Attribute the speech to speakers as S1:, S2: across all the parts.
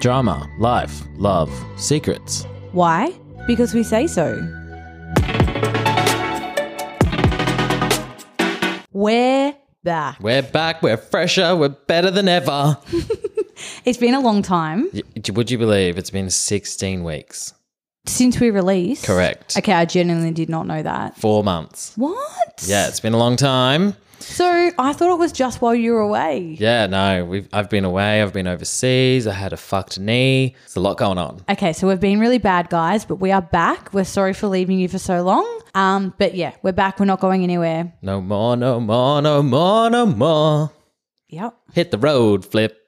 S1: drama, life, love, secrets.
S2: Why? Because we say so. We're back.
S1: We're back, we're fresher, we're better than ever.
S2: It's been a long time
S1: Y- Would you believe it's been 16 weeks?
S2: since we released.
S1: Correct.
S2: Okay, I genuinely did not know that.
S1: Four months.
S2: What?
S1: Yeah, it's been a long time.
S2: So I thought it was just while you were away.
S1: Yeah, no, we've, I've been away, I've been overseas, I had a fucked knee. There's a lot going on.
S2: Okay, so we've been really bad guys, but we are back. We're sorry for leaving you for so long. Um, but yeah, we're back. We're not going anywhere.
S1: No more, no more, no more, no more.
S2: Yep.
S1: Hit the road, flip.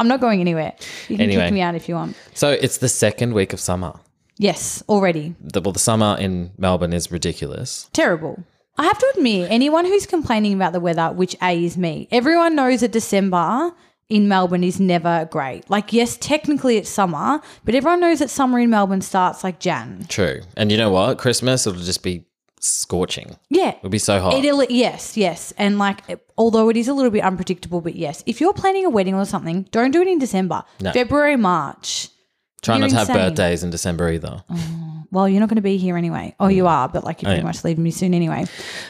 S2: I'm not going anywhere. You can
S1: Anyway.
S2: kick me out if you want.
S1: So it's the second week of summer.
S2: Yes, already.
S1: The, well, the summer in Melbourne is ridiculous.
S2: Terrible. I have to admit, anyone who's complaining about the weather, which A is me, everyone knows that December in Melbourne is never great. Like, yes, technically it's summer, but everyone knows that summer in Melbourne starts like Jan.
S1: True. And you know what? Christmas, it'll just be scorching.
S2: Yeah.
S1: It'll be so hot.
S2: It'll, yes, yes. And like, it- although it is a little bit unpredictable, but yes, if you're planning a wedding or something, don't do it in December. February, March.
S1: Try
S2: you're
S1: not to have
S2: insane.
S1: birthdays in December either.
S2: Well, you're not going to be here anyway. Oh, you are, but like, you're pretty much leaving me soon anyway.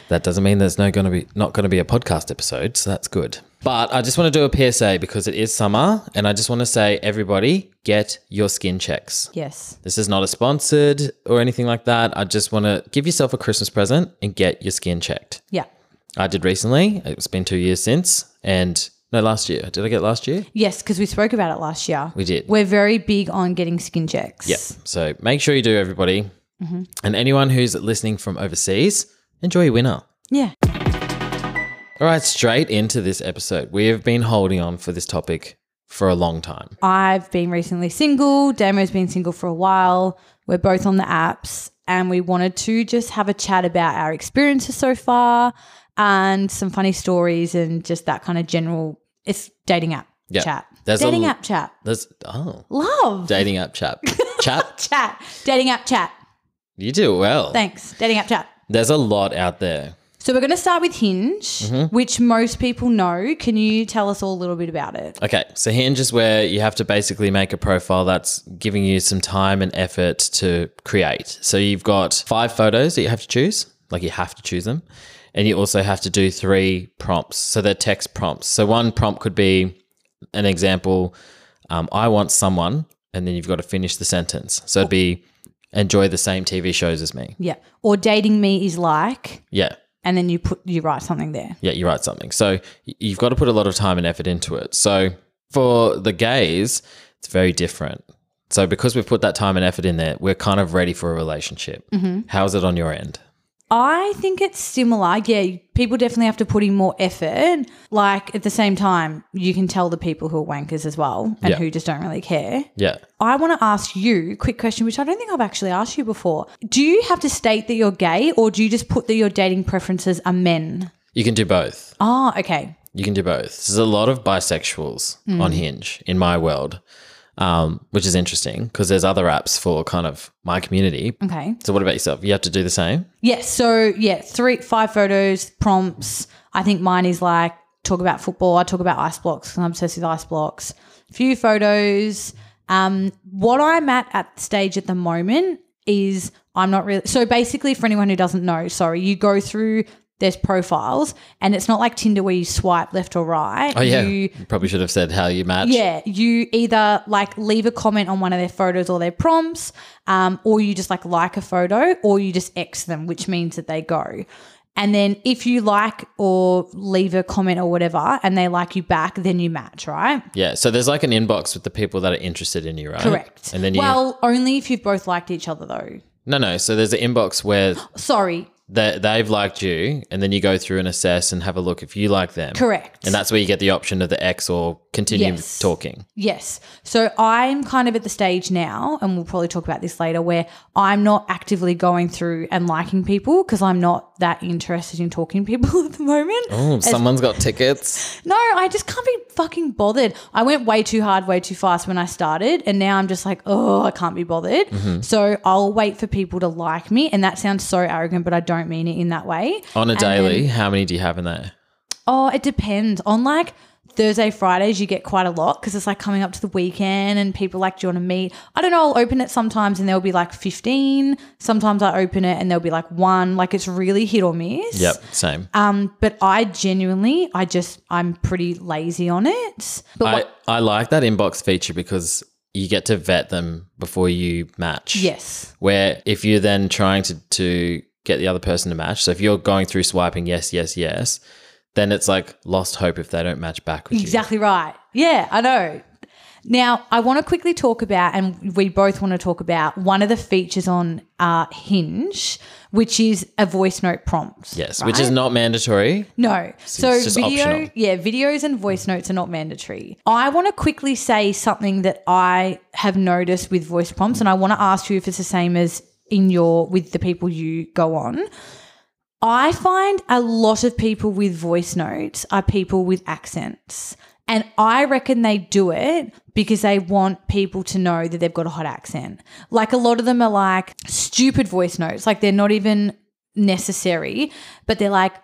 S1: That doesn't mean there's no going to be not going to be a podcast episode, so that's good. But I just want to do a PSA because it is summer, and I just want to say, everybody, get your skin checks.
S2: Yes.
S1: This is not a sponsored or anything like that. I just want to give yourself a Christmas present and get your skin checked.
S2: Yeah.
S1: I did recently. It's been two years since, and no, last year. Did I get last year?
S2: Yes, because we spoke about it last year.
S1: We did.
S2: We're very big on getting skin checks.
S1: Yep. So make sure you do, everybody.
S2: Mm-hmm.
S1: And anyone who's listening from overseas, enjoy your winter.
S2: Yeah.
S1: All right, straight into this episode. We have been holding on for this topic for a long time.
S2: I've been recently single. Damo's been single for a while. We're both on the apps and we wanted to just have a chat about our experiences so far and some funny stories and just that kind of general it's dating app
S1: Yeah.
S2: chat.
S1: There's a
S2: dating
S1: l-
S2: app chat.
S1: That's oh,
S2: Love.
S1: dating app chat. chat,
S2: chat. Dating app chat.
S1: you do well.
S2: Thanks. Dating app chat.
S1: There's a lot out there.
S2: So we're going to start with Hinge,
S1: Mm-hmm.
S2: which most people know. Can you tell us all a little bit about it?
S1: Okay, so Hinge is where you have to basically make a profile that's giving you some time and effort to create. So you've got five photos that you have to choose, like you have to choose them. And you also have to do three prompts. So they're text prompts. So one prompt could be an example um, I want someone, and then you've got to finish the sentence. So it'd be enjoy the same TV shows as me.
S2: Yeah. Or dating me is like,
S1: Yeah.
S2: and then you put you write something there.
S1: Yeah, you write something. So y- you've got to put a lot of time and effort into it. So for the gays, it's very different. So because we've put that time and effort in there, we're kind of ready for a relationship.
S2: Mm-hmm.
S1: How's it on your end?
S2: I think it's similar. Yeah, people definitely have to put in more effort. Like at the same time, you can tell the people who are wankers as well and
S1: Yeah.
S2: who just don't really care.
S1: Yeah.
S2: I want to ask you a quick question, which I don't think I've actually asked you before. Do you have to state that you're gay or do you just put that your dating preferences are men?
S1: You can do both.
S2: Oh, okay.
S1: You can do both. There's a lot of bisexuals
S2: Mm.
S1: on Hinge in my world, um, which is interesting because there's other apps for kind of my community.
S2: Okay.
S1: So what about yourself? You have to do the same?
S2: Yeah. So yeah, three, five photos, prompts. I think mine is like talk about football. I talk about ice blocks. 'cause I'm obsessed with ice blocks. Few photos. Um, what I'm at at the stage at the moment is I'm not really. So basically, for anyone who doesn't know, sorry, you go through. There's profiles, and it's not like Tinder where you swipe left or right.
S1: Oh, yeah.
S2: You,
S1: You, probably should have said how you match.
S2: yeah, you either like leave a comment on one of their photos or their prompts, um, or you just like like a photo, or you just X them, which means that they go. And then if you like or leave a comment or whatever, and they like you back, then you match, right?
S1: Yeah. So there's like an inbox with the people that are interested in you, right?
S2: Correct.
S1: And then you
S2: well, only if you've both liked each other, though.
S1: No, no. So there's an inbox where
S2: Sorry,
S1: they, they've liked you, and then you go through and assess and have a look if you like them.
S2: correct.
S1: And that's where you get the option of the X or continue
S2: Yes.
S1: talking.
S2: Yes. So I'm kind of at the stage now, and we'll probably talk about this later, where I'm not actively going through and liking people because I'm not that interested in talking to people at the moment.
S1: Oh, someone's got tickets.
S2: No, I just can't be fucking bothered. I went way too hard, way too fast when I started, and now I'm just like, oh, I can't be bothered. So I'll wait for people to like me. And that sounds so arrogant, but I don't mean it in that way.
S1: On a daily, how many do you have in there?
S2: Oh, it depends on like Thursday, Fridays, you get quite a lot because it's like coming up to the weekend and people like, do you want to meet? I don't know. I'll open it sometimes and there'll be like 15. Sometimes I open it and there'll be like one. Like it's really hit or miss.
S1: Yep, same.
S2: Um, but I genuinely, I just, I'm pretty lazy on it. But
S1: I,
S2: what,
S1: I like that inbox feature because you get to vet them before you match.
S2: yes.
S1: Where if you're then trying to, to get the other person to match, so if you're going through swiping yes, yes, yes, then it's like lost hope if they don't match back with
S2: Exactly right. Yeah, I know. Now, I want to quickly talk about, and we both want to talk about, one of the features on uh, Hinge, which is a voice note prompt.
S1: you. Yes, which is not mandatory.
S2: No. So,
S1: it's just
S2: video,
S1: optional.
S2: yeah, videos and voice notes are not mandatory. I want to quickly say something that I have noticed with voice prompts, and I want to ask you if it's the same as in your with the people you go on. I find a lot of people with voice notes are people with accents. And I reckon they do it because they want people to know that they've got a hot accent. Like a lot of them are like stupid voice notes, like they're not even necessary, but they're like,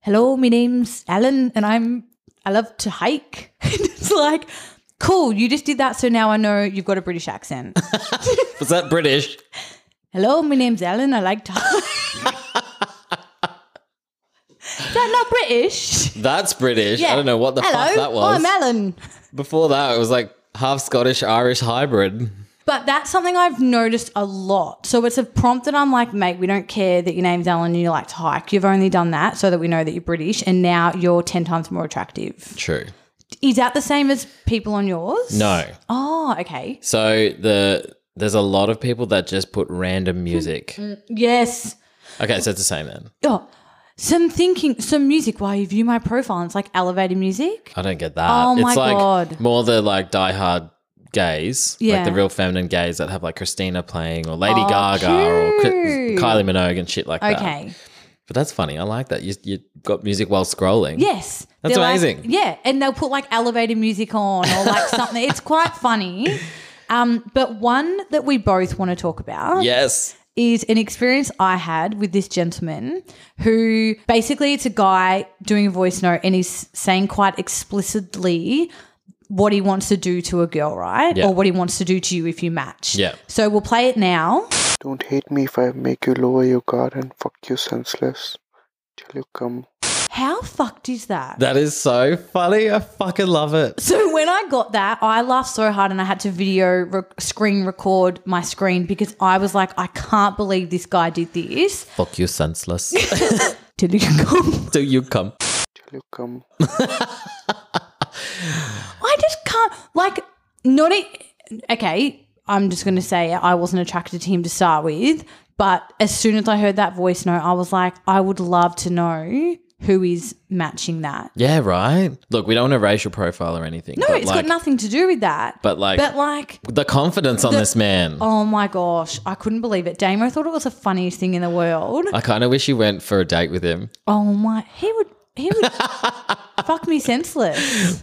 S2: hello, my name's Alan and I'm, I love to hike. and it's like, cool, you just did that. So now I know you've got a British accent.
S1: Was that British?
S2: Hello, my name's Ellen. I like to. Is that not British?
S1: That's British. I don't know what the
S2: Hello,
S1: fuck that was.
S2: I'm Ellen.
S1: Before that, it was like half Scottish Irish hybrid.
S2: But that's something I've noticed a lot. So it's a prompt that I'm like, mate, we don't care that your name's Ellen and you like to hike. You've only done that so that we know that you're British, and now you're ten times more attractive.
S1: True.
S2: Is that the same as people on yours?
S1: No.
S2: Oh, okay.
S1: So the there's a lot of people that just put random music.
S2: Mm-hmm. Yes.
S1: Okay, so it's the same then.
S2: Oh, some thinking, some music. Why you view my profile? And it's like elevator music.
S1: I don't get that.
S2: Oh my
S1: it's like
S2: God.
S1: more the like diehard gays,
S2: Yeah.
S1: like the real feminine gays that have like Christina playing or Lady Gaga or Ki-
S2: cute.
S1: Kylie Minogue and shit like that.
S2: Okay.
S1: But that's funny. I like that. You you got music while scrolling.
S2: Yes.
S1: That's
S2: They're like-
S1: amazing.
S2: yeah. And they'll put like elevator music on or like something. It's quite funny. Um, but one that we both want to talk about
S1: Yes.
S2: is an experience I had with this gentleman who basically it's a guy doing a voice note and he's saying quite explicitly what he wants to do to a girl, right?
S1: Yeah.
S2: Or what he wants to do to you if you match.
S1: Yeah.
S2: So we'll play it now.
S3: Don't hate me if I make you lower your guard and fuck you senseless till you come
S2: How fucked is that?
S1: That is so funny. I fucking love it.
S2: So when I got that, I laughed so hard and I had to video re- screen record my screen because I was like, I can't believe this guy did this.
S1: Fuck you, senseless.
S2: Till you come.
S1: Do you come?
S3: till you come
S2: I just can't like not it. Okay, I'm just gonna say it. I wasn't attracted to him to start with, but as soon as I heard that voice note, I was like, I would love to know who is matching that.
S1: Yeah, right. Look, we don't want to racial profile or anything.
S2: No,
S1: but
S2: it's
S1: like,
S2: got nothing to do with that.
S1: But like
S2: but like
S1: the confidence on this man.
S2: Oh my gosh, I couldn't believe it. Damo thought it was the funniest thing in the world.
S1: I kind of wish you went for a date with him.
S2: Oh my, he would, he would fuck me senseless.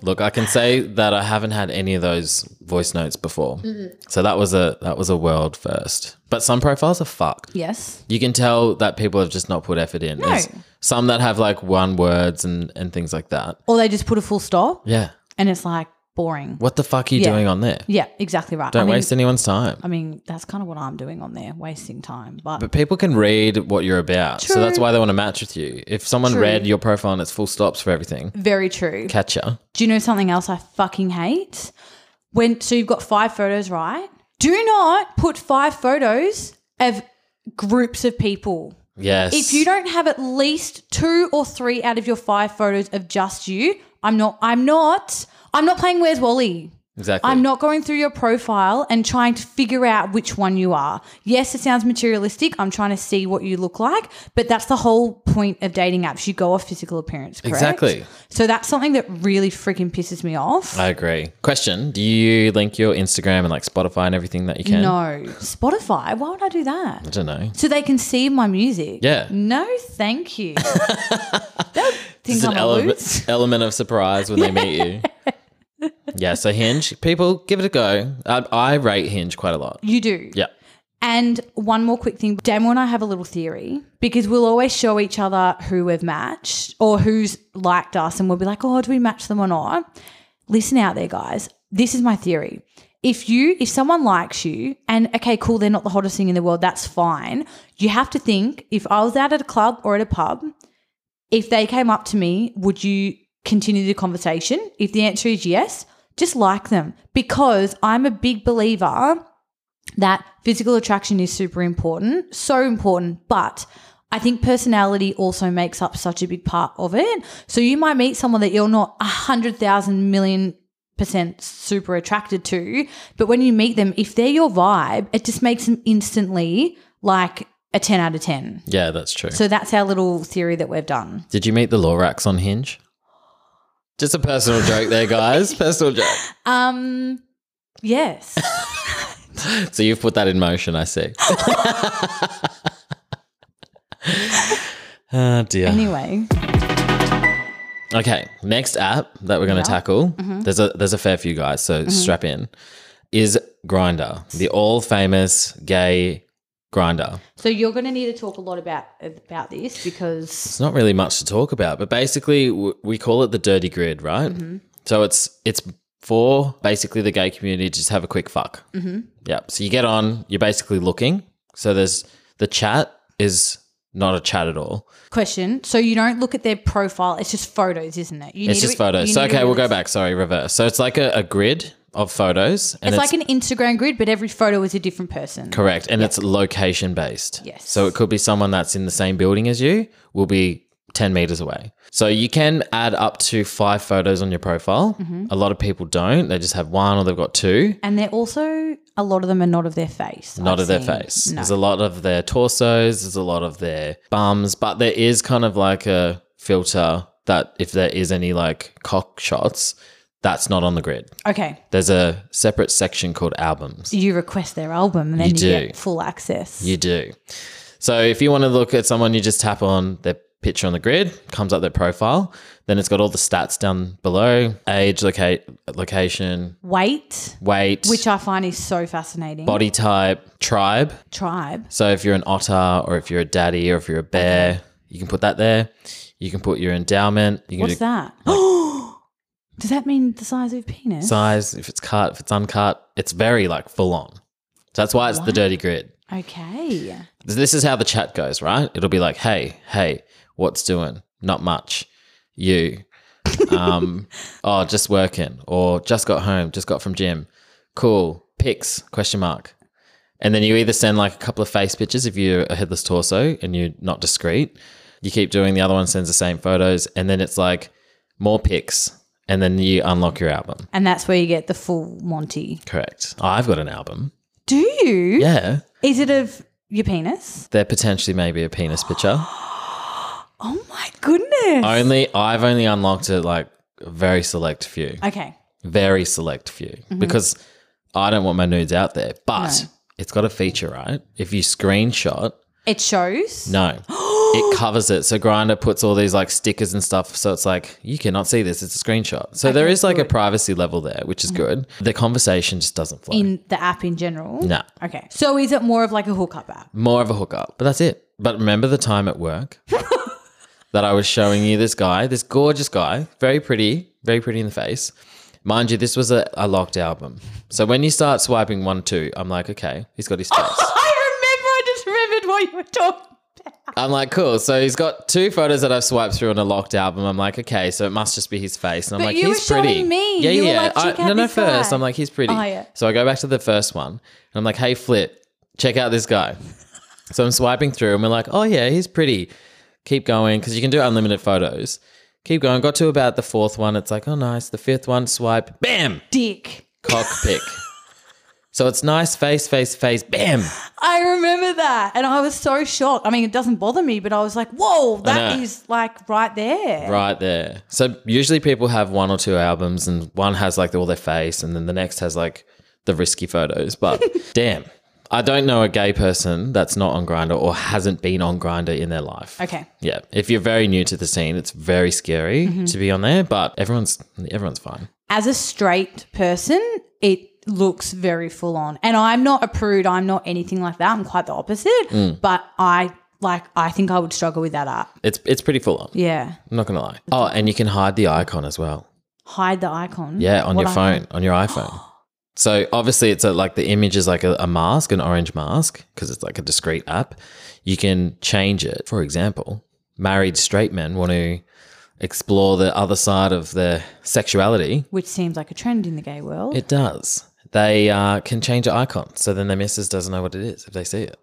S1: Look, I can say that I haven't had any of those voice notes before.
S2: Mm-hmm.
S1: So that was a that was a world first. But some profiles are fucked.
S2: Yes.
S1: You can tell that people have just not put effort in. There's some that have like one words and and things like that.
S2: Or they just put a full stop
S1: Yeah.
S2: and it's like boring.
S1: What the fuck are you
S2: Yeah.
S1: doing on there?
S2: Yeah, exactly right.
S1: Don't
S2: I mean,
S1: waste anyone's time.
S2: I mean, that's kind of what I'm doing on there, wasting time. But,
S1: But people can read what you're about. So that's
S2: True.
S1: why they want to match with you. If someone
S2: True.
S1: read your profile and it's full stops for everything,
S2: very true.
S1: catch ya.
S2: Do you know something else I fucking hate? When so you've got five photos, right? Do not put five photos of groups of people.
S1: Yes.
S2: If you don't have at least two or three out of your five photos of just you, I'm not. I'm not. I'm not playing Where's Wally.
S1: Exactly.
S2: I'm not going through your profile and trying to figure out which one you are. Yes, it sounds materialistic. I'm trying to see what you look like, but that's the whole point of dating apps. You go off physical appearance, correct?
S1: Exactly.
S2: So that's something that really freaking pisses me off.
S1: I agree. Question: Do you link your Instagram and like Spotify and everything that you can?
S2: no, Spotify. Why would I do that?
S1: I don't know.
S2: So they can see my music.
S1: Yeah.
S2: No, thank you. They'll think
S1: It's
S2: I'm
S1: an
S2: a
S1: element
S2: loose.
S1: element of surprise when they meet you. Yeah. So Hinge, people give it a go. I, I rate Hinge quite a lot.
S2: You do.
S1: Yeah.
S2: And one more quick thing. Damo and I have a little theory because we'll always show each other who we've matched or who's liked us and we'll be like, oh, do we match them or not? Listen out there, guys. This is my theory. If you, if someone likes you and okay, cool, they're not the hottest thing in the world, that's fine. You have to think if I was out at a club or at a pub, if they came up to me, would you continue the conversation? If the answer is yes, just like them because I'm a big believer that physical attraction is super important, so important, but I think personality also makes up such a big part of it. So you might meet someone that you're not a hundred thousand million percent super attracted to, but when you meet them, if they're your vibe, it just makes them instantly like a 10 out of 10.
S1: Yeah, that's true.
S2: So that's our little theory that we've done.
S1: Did you meet the Lorax on Hinge? Just a personal joke there, guys. Personal joke.
S2: Um, yes.
S1: So you've put that in motion, I see. oh, dear.
S2: anyway,
S1: Okay, next app that we're going to tackle. There's a there's a fair few guys, so strap in. Is Grinder the all famous gay Grinder?
S2: so you're going to need to talk a lot about about this because
S1: It's not really much to talk about, but basically w- we call it the dirty grid, right?
S2: Mm-hmm.
S1: So it's it's for basically the gay community to just have a quick fuck. Mm-hmm. Yep. So you get on, you're basically looking. So there's the chat is not a chat at all.
S2: question. So you don't look at their profile; it's just photos, isn't it? You
S1: It's
S2: need
S1: just
S2: to-
S1: photos.
S2: you
S1: So
S2: need to
S1: okay, we'll go
S2: realize-
S1: back. Sorry, reverse. So it's like a, a grid of photos, and
S2: It's like an Instagram grid, but every photo is a different person.
S1: Correct. And it's location based.
S2: Yes.
S1: So it could be someone that's in the same building as you, will be 10 meters away. So you can add up to five photos on your profile.
S2: Mm-hmm.
S1: A lot of people don't. They just have one or they've got two,
S2: And they're also a lot of them are not of their face.
S1: not
S2: I've
S1: of their
S2: seen.
S1: face.
S2: No.
S1: There's a lot of their torsos, there's a lot of their bums, but there is kind of like a filter that if there is any like cock shots, that's not on the grid.
S2: Okay,
S1: There's a separate section called albums.
S2: you request their album, and then
S1: You
S2: you,
S1: do.
S2: get full access.
S1: You do. So if you want to look at someone, you just tap on their picture on the grid, comes up their profile. Then it's got all the stats down below: age, locate, location,
S2: Weight,
S1: weight,
S2: which I find is so fascinating.
S1: body type, tribe.
S2: Tribe.
S1: So if you're an otter, or if you're a daddy, or if you're a bear, you can put that there. You can put your endowment. You can
S2: What's
S1: do
S2: that? Oh, does that mean the size of penis?
S1: size, if it's cut, if it's uncut. It's very like full on. So that's why it's the dirty grid.
S2: Okay.
S1: this is how the chat goes, right? It'll be like, hey, hey, what's doing? Not much. You. Um, oh, just working or just got home, just got from gym. Cool. Pics, question mark. And then you either send like a couple of face pictures if you're a headless torso and you're not discreet. You keep doing the other one sends the same photos and then it's like more pics and then you unlock your album.
S2: And that's where you get the full Monty.
S1: Correct. I've got an album.
S2: Do you?
S1: Yeah.
S2: Is it of your penis?
S1: There potentially may be a penis picture.
S2: Oh my goodness.
S1: Only I've only unlocked it like a very select few,
S2: okay.
S1: very select few, because I don't want my nudes out there. But it's got a feature, right? If you screenshot,
S2: It shows.
S1: no, it covers it. So Grinder puts all these like stickers and stuff, so it's like you cannot see this. It's a screenshot. So there is like a privacy level there, which is good. The conversation just doesn't flow.
S2: In the app in general.
S1: nah,
S2: Okay. So is it more of like a hookup app?
S1: more of a hookup, but that's it. But remember the time at work. that I was showing you this guy, this gorgeous guy, very pretty, very pretty in the face. Mind you, this was a, a locked album. So when you start swiping one, two, I'm like, okay, he's got his face.
S2: I remember. I just remembered what you were talking.
S1: I'm like, cool. So he's got two photos that I've swiped through on a locked album. I'm like, okay, so it must just be his face. And I'm
S2: But
S1: like,
S2: you
S1: he's
S2: were showing
S1: pretty.
S2: me.
S1: Yeah,
S2: You were
S1: yeah.
S2: like,
S1: I-
S2: check
S1: no,
S2: out
S1: no,
S2: this
S1: first.
S2: guy.
S1: I'm like, he's pretty.
S2: Oh, yeah.
S1: So I go back to the first one and I'm like, hey, Flip, check out this guy. So I'm swiping through and we're like, oh, yeah, he's pretty. Keep going because you can do unlimited photos. Keep going. Got to about the fourth one. It's like, oh, nice. The fifth one, swipe, bam,
S2: Dick.
S1: cock pick. so it's nice face, face, face, bam.
S2: I remember that. And I was so shocked. I mean, it doesn't bother me, but I was like, whoa, that
S1: know.
S2: is like right there.
S1: Right there. So usually people have one or two albums, and one has like all their face, and then the next has like the risky photos. But damn, I don't know a gay person that's not on Grinder or hasn't been on Grinder in their life.
S2: Okay.
S1: Yeah, if you're very new to the scene, it's very
S2: Mm-hmm.
S1: scary to be on there, but everyone's everyone's fine.
S2: As a straight person, it looks very full on. And I'm not a prude, I'm not anything like that. I'm quite the opposite, but I like I think I would struggle with that art.
S1: It's it's pretty full on.
S2: Yeah.
S1: I'm not gonna lie. Oh, and you can hide the icon as well.
S2: Hide the icon.
S1: Yeah, on
S2: What
S1: your
S2: icon?
S1: phone, on your iPhone. so obviously, it's a, like the image is like a, a mask, an orange mask, because it's like a discrete app. You can change it. For example, married straight men want to explore the other side of their sexuality.
S2: Which seems like a trend in the gay world.
S1: It does. They uh, can change the icon, so then their missus doesn't know what it is if they see it,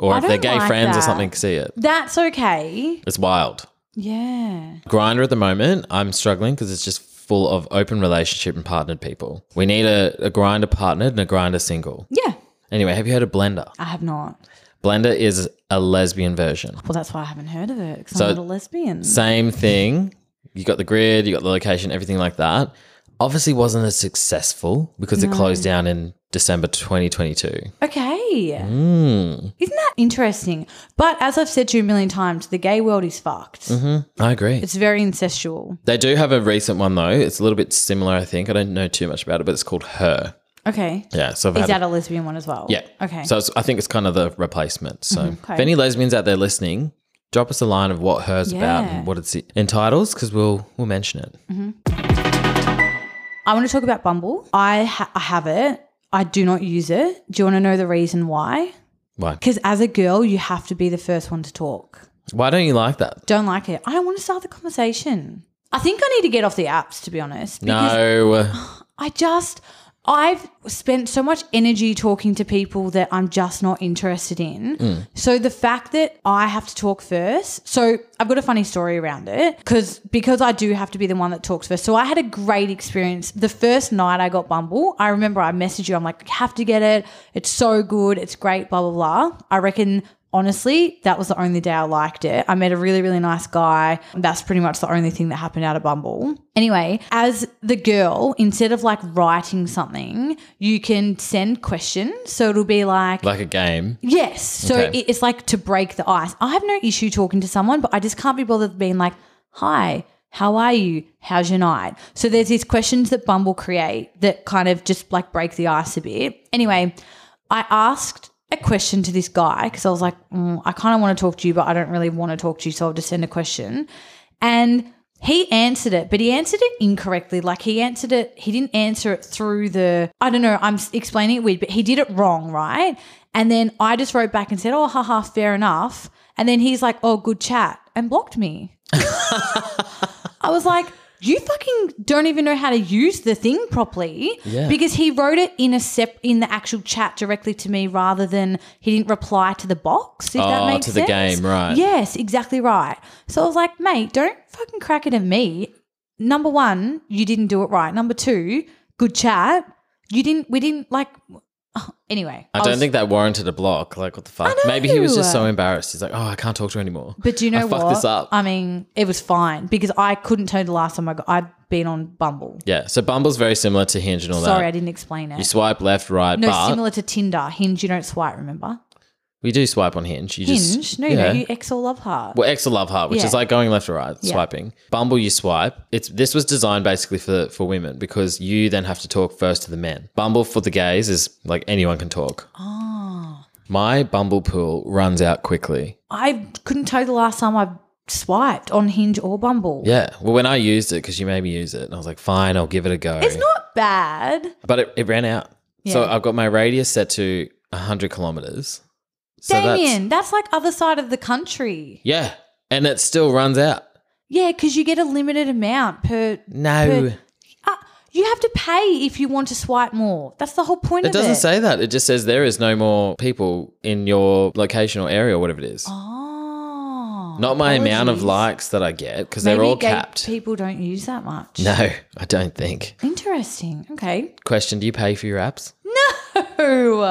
S1: or
S2: I
S1: if their
S2: don't
S1: gay
S2: like
S1: friends or
S2: that.
S1: something see it.
S2: That's okay.
S1: It's wild.
S2: Yeah.
S1: Grinder at the moment, I'm struggling because it's just full of open relationship and partnered people. We need a, a grinder partnered and a grinder single.
S2: Yeah.
S1: Anyway, have you heard of Blender?
S2: I have not.
S1: Blender is a lesbian version.
S2: Well, that's why I haven't heard of it because
S1: So-
S2: I'm not a lesbian.
S1: Same thing. You got the grid, you got the location, everything like that. Obviously, wasn't as successful because it closed down in December 2022.
S2: okay.
S1: Mm-hmm.
S2: Isn't that interesting? But as I've said to you a million times, the gay world is fucked.
S1: I agree.
S2: It's very incestual.
S1: They do have a recent one though. It's a little bit similar, I think. I don't know too much about it, but it's called Her.
S2: Okay.
S1: Yeah. So I've
S2: Is
S1: had
S2: that a lesbian one as well?
S1: Yeah.
S2: Okay. Mm-hmm.
S1: So it's, I think it's kind of the replacement. So if
S2: Okay.
S1: any lesbians out there listening, drop us a line of what hers about
S2: Yeah. Mm.
S1: and what it's entitles because we'll we'll mention it.
S2: I want to talk about Bumble. I, ha- I have it. I do not use it. Do you want to know the reason why?
S1: Why?
S2: Because as a girl, you have to be the first one to talk.
S1: Why don't you like that?
S2: Don't like it. I don't want to start the conversation. I think I need to get off the apps, to be honest. Because
S1: No, uh,
S2: I just, I've spent so much energy talking to people that I'm just not interested in. So the fact that I have to talk first, so I've got a funny story around it because because I do have to be the one that talks first. So I had a great experience the first night I got Bumble. I remember I messaged you. I'm like, have to get it. It's so good. It's great. Blah blah blah. I reckon. Honestly, that was the only day I liked it. I met a really, really nice guy. That's pretty much the only thing that happened out of Bumble. Anyway, as the girl, instead of like writing something, you can send questions. So it'll be like,
S1: like a game.
S2: Yes. So
S1: Okay.
S2: it it's like to break the ice. I have no issue talking to someone, but I just can't be bothered being like, hi, how are you? How's your night? So there's these questions that Bumble create that kind of just like break the ice a bit. Anyway, I asked a question to this guy because I was like, "Mm, I kind of want to talk to you, but I don't really want to talk to you. So I'll just send a question. And he answered it, but he answered it incorrectly. Like he answered it, he didn't answer it through the, I don't know, I'm s- explaining it weird, but he did it wrong, right? And then I just wrote back and said, oh, haha, fair enough. And then he's like, oh, good chat, and blocked me. I was like, you fucking don't even know how to use the thing properly
S1: Yeah.
S2: because he wrote it in a sep in the actual chat directly to me rather than he didn't reply to the box if
S1: Oh,
S2: that makes
S1: to the
S2: sense.
S1: game, right.
S2: Yes, exactly right. So I was like, mate, don't fucking crack it at me. Number one, you didn't do it right. Number two, good chat. You didn't, we didn't like, oh, anyway.
S1: I don't
S2: was-
S1: think that warranted a block. Like what the fuck? Maybe he was just so embarrassed. He's like, oh, I can't talk to her anymore.
S2: But do you know
S1: I
S2: what?
S1: fucked this up.
S2: I mean, it was fine because I couldn't tell you the last time I got, I'd been on Bumble.
S1: yeah. So Bumble's very similar to Hinge and all
S2: Sorry, I
S1: that.
S2: didn't explain it.
S1: You swipe left, right,
S2: no,
S1: but
S2: similar to Tinder. Hinge, you don't swipe, remember?
S1: we do swipe on Hinge. You
S2: Hinge?
S1: just
S2: no,
S1: Yeah.
S2: no, you X or love heart.
S1: Well, Excel Love Heart, which
S2: Yeah.
S1: is like going left or right,
S2: Yeah.
S1: swiping. Bumble, you swipe. It's this was designed basically for for women because you then have to talk first to the men. Bumble for the gays is like anyone can talk. My Bumble pool runs out quickly.
S2: Ah. I couldn't tell you the last time I swiped on Hinge or Bumble.
S1: Yeah. Well, when I used it, because you made me use it, and I was like, fine, I'll give it a go.
S2: It's not bad.
S1: but it, it ran out. So
S2: Yeah.
S1: I've got my radius set to 100 kilometers. So that's-
S2: Damien, that's, like other side of the country.
S1: yeah. And it still runs out.
S2: Yeah, because you get a limited amount per.
S1: No.
S2: But- Ah, you have to pay if you want to swipe more. That's the whole point
S1: It
S2: of
S1: doesn't
S2: it.
S1: say that. It just says there is no more people in your location or area or whatever it is.
S2: Oh,
S1: Not my amount of
S2: apologies.
S1: likes that I get because
S2: Maybe
S1: they're all
S2: gay
S1: capped.
S2: People don't use that much.
S1: no, I don't think.
S2: Interesting. Okay.
S1: Question Do you pay for your apps?
S2: Ooh.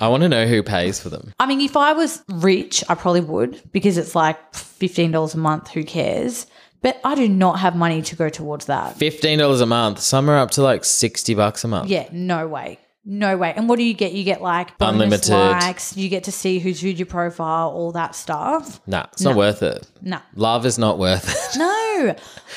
S1: I want to know who pays for them.
S2: I mean, if I was rich, I probably would because it's like fifteen dollars a month. Who cares? But I do not have money to go towards that.
S1: $15 a month. Some are up to like 60 bucks a month.
S2: Yeah, no way, no way. And what do you get? You get like bonus
S1: Unlimited.
S2: likes. You get to see who's viewed your profile, all that stuff.
S1: Nah, it's not worth it.
S2: No,
S1: Love is not worth it.
S2: no.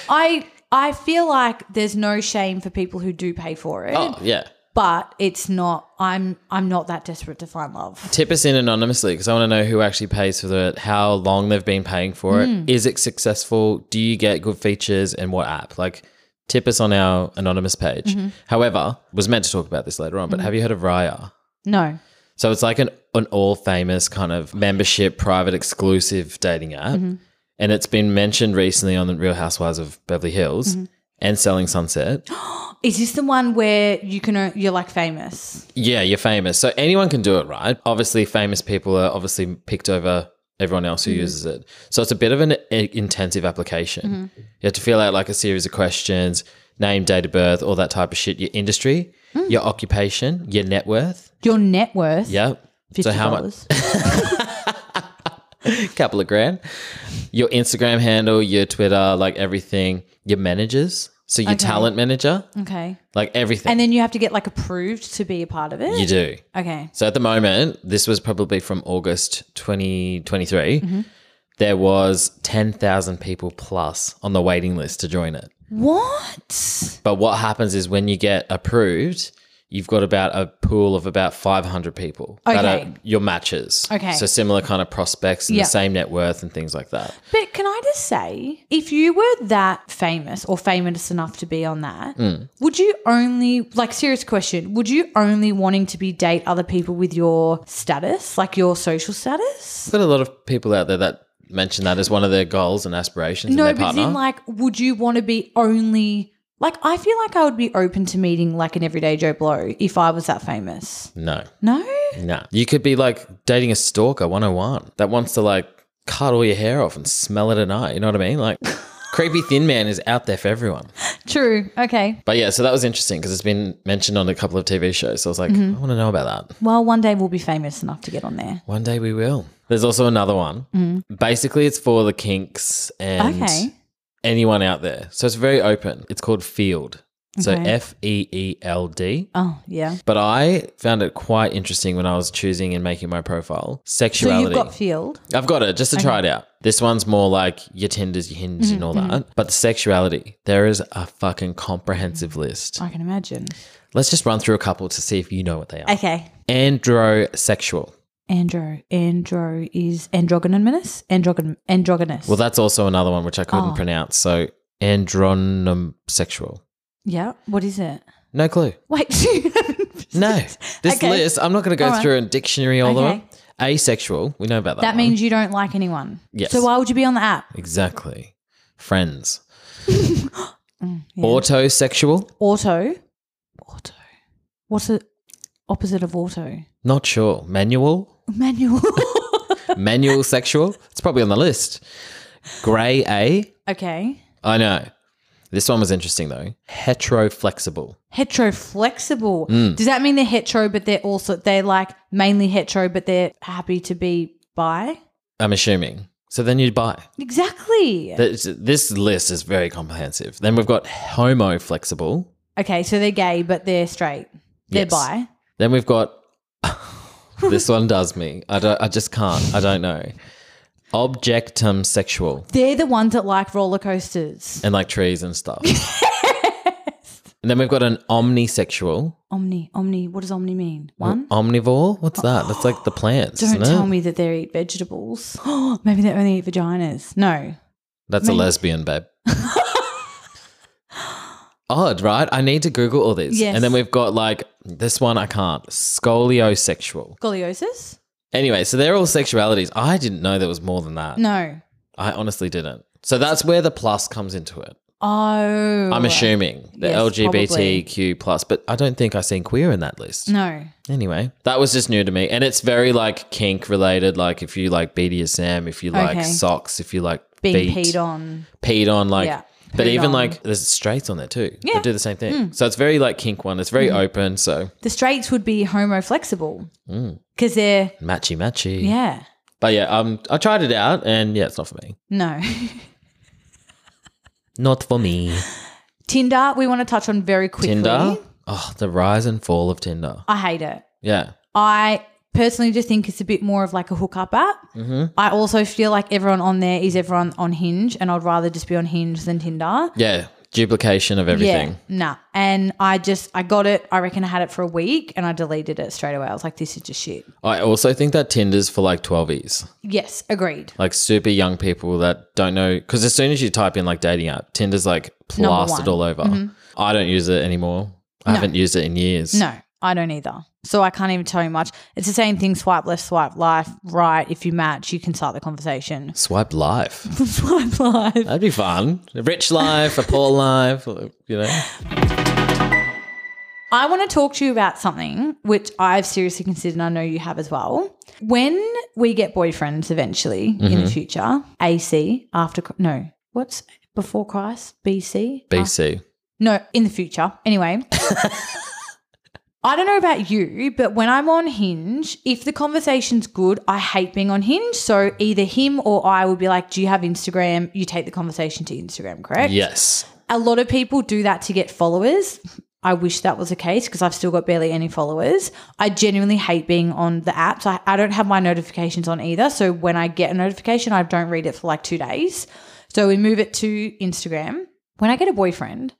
S2: I I feel like there's no shame for people who do pay for it.
S1: oh, yeah.
S2: but it's not. I'm I'm not that desperate to find love.
S1: Tip us in anonymously because I want to know who actually pays for the how long they've been paying for it. Is it successful? Do you get good features and what app? Like tip us on our anonymous page. However, was meant to talk about this later on, but have you heard of Raya?
S2: No.
S1: So it's like an an all famous kind of membership private exclusive dating app. And it's been mentioned recently on the Real Housewives of Beverly Hills and Selling Sunset.
S2: Is this the one where you can o- you're like famous?
S1: Yeah, you're famous. So anyone can do it, right? Obviously, famous people are obviously picked over everyone else who uses it. So it's a bit of an i- intensive application. You have to fill out like a series of questions name, date of birth, all that type of shit, your industry, your occupation, your net worth.
S2: Your net worth.
S1: Yep.
S2: Fifty
S1: So how much?
S2: dollars.
S1: couple of grand. Your Instagram handle, your Twitter, like everything, your managers. So your talent manager,
S2: okay.
S1: like everything
S2: And then you have to get like approved to be a part of it.
S1: you do.
S2: Okay.
S1: So at the moment, this was probably from August 2023. There was 10,000 people plus on the waiting list to join it.
S2: What?
S1: But what happens is when you get approved, you've got about a pool of about 500 people that
S2: Okay.
S1: are your matches.
S2: Okay.
S1: So similar kind of prospects and
S2: Yeah.
S1: the same net worth and things like that.
S2: But can I just say, if you were that famous or famous enough to be on that,
S1: Mm.
S2: would you only like serious question? Would you only wanting to be date other people with your status, like your social status?
S1: There's got a lot of people out there that mention that as one of their goals and aspirations
S2: No,
S1: in their
S2: but
S1: partner.
S2: then like, would you want to be only like? I feel like I would be open to meeting like an everyday Joe Blow if I was that famous.
S1: no.
S2: No,
S1: Nah. You could be like dating a stalker 101 that wants to like cut all your hair off and smell it at night. You know what I mean? Like, creepy thin man is out there for everyone.
S2: true. Okay.
S1: But yeah, so that was interesting because it's been mentioned on a couple of TV shows. So I was like,
S2: Mm-hmm.
S1: I want to know about that.
S2: Well, one day we'll be famous enough to get on there.
S1: One day we will. There's also another one. Basically, it's for the kinks and
S2: Mm. Okay.
S1: anyone out there. So it's very open. It's called Field. So
S2: Okay.
S1: F E E L D.
S2: Oh yeah.
S1: But I found it quite interesting when I was choosing and making my profile.
S2: So
S1: Sexuality.
S2: you've got field.
S1: I've got it just to try it out. This one's more like your Tinders, your Hinge, and
S2: Mm-hmm.
S1: all that. But the sexuality, there is a fucking comprehensive list.
S2: I can imagine.
S1: Let's just run through a couple to see if you know what they are.
S2: Okay.
S1: Androsexual.
S2: Andro. Andro is androgynous. Androgen androgynous.
S1: Well, that's also another one which I couldn't
S2: Oh.
S1: pronounce. So andronomsexual.
S2: yeah. What is it?
S1: No clue.
S2: Wait.
S1: No. This
S2: Okay.
S1: list, I'm not going to go
S2: All right.
S1: through a dictionary all
S2: Okay.
S1: of it. Asexual, we know about that.
S2: That
S1: one.
S2: means you don't like anyone.
S1: Yes.
S2: So why would you be on the app?
S1: exactly friends.
S2: Mm, yeah.
S1: Autosexual,
S2: Auto. Auto. What's the opposite of auto?
S1: not sure. Manual,
S2: Manual.
S1: manual sexual. It's probably on the list. Grey A.
S2: okay.
S1: I know. This one was interesting though. Hetero flexible.
S2: Hetero flexible.
S1: Hmm.
S2: Does that mean they're hetero, but they're also they're like mainly hetero, but they're happy to be bi?
S1: I'm assuming. So then you'd buy.
S2: Exactly.
S1: This, this list is very comprehensive. Then we've got homo flexible.
S2: okay, so they're gay, but they're straight. They're
S1: Yes.
S2: bi.
S1: Then we've got this one does me. I don't. I just can't. I don't know. Objectum sexual
S2: They're the ones that like roller coasters.
S1: and like trees and stuff. And then we've got an omnisexual.
S2: Omni, omni. What does omni mean? One. Oh.
S1: Omnivore? What's that? That's like the plants.
S2: Don't
S1: isn't
S2: tell
S1: it?
S2: me that they eat vegetables. Maybe they only eat vaginas. No.
S1: That's a lesbian, babe. Odd, right? I need to Google all this.
S2: Yes.
S1: And then we've got like this one I can't. Scoliosexual.
S2: Scoliosis?
S1: Anyway, so they're all sexualities. I didn't know there was more than that.
S2: No.
S1: I honestly didn't. So that's where the plus comes into it.
S2: Oh.
S1: I'm assuming the
S2: Yes,
S1: LGBTQ plus, but I don't think I seen queer in that list.
S2: No.
S1: Anyway, that was just new to me, and it's very like kink related. Like if you like BDSM, if you like
S2: Okay.
S1: socks, if you like
S2: Being
S1: feet,
S2: peed on.
S1: peed on, like.
S2: Yeah,
S1: But
S2: peed
S1: even
S2: on. Mm.
S1: like there's straights on there too. They do the same thing. So it's very like kink one. It's very
S2: Mm-hmm.
S1: open. So
S2: The straights would be homo flexible because they're,
S1: matchy matchy.
S2: yeah,
S1: But yeah, um, I tried it out, and yeah, it's not for me.
S2: no.
S1: Not for me.
S2: Tinder, we want to touch on very quickly.
S1: Tinder. Oh, the rise and fall of Tinder.
S2: I hate it.
S1: Yeah.
S2: I personally just think it's a bit more of like a hookup app. I also feel like everyone on there is everyone on Hinge, and I'd rather just be on Hinge than Tinder.
S1: Yeah. duplication of everything.
S2: Yeah, nah. And I just, I got it. I reckon I had it for a week and I deleted it straight away. I was like, this is just shit.
S1: I also think that Tinder's for like 12s,
S2: Yes, agreed.
S1: like super young people that don't know. Because as soon as you type in like dating app, Tinder's like
S2: Number
S1: plastered
S2: one. Mm-hmm.
S1: all over. I don't use it anymore. I
S2: No.
S1: haven't used it in years.
S2: No, I don't either. So I can't even tell you much. It's the same thing swipe left, swipe life, right. If you match, you can start the conversation.
S1: Swipe life.
S2: swipe life.
S1: That'd be fun. A rich life, a poor life, you know.
S2: I want to talk to you about something which I've seriously considered and I know you have as well. When we get boyfriends eventually in the future, AC, after, Chr- no, what's before Christ? BC? Uh,
S1: BC.
S2: No, in the future. Anyway. I don't know about you, but when I'm on Hinge, if the conversation's good, I hate being on Hinge. So either him or I will be like, Do you have Instagram? You take the conversation to Instagram, correct?
S1: Yes.
S2: A lot of people do that to get followers. I wish that was the case because I've still got barely any followers. I genuinely hate being on the apps. I, I don't have my notifications on either. So when I get a notification, I don't read it for like two days. So we move it to Instagram. When I get a boyfriend,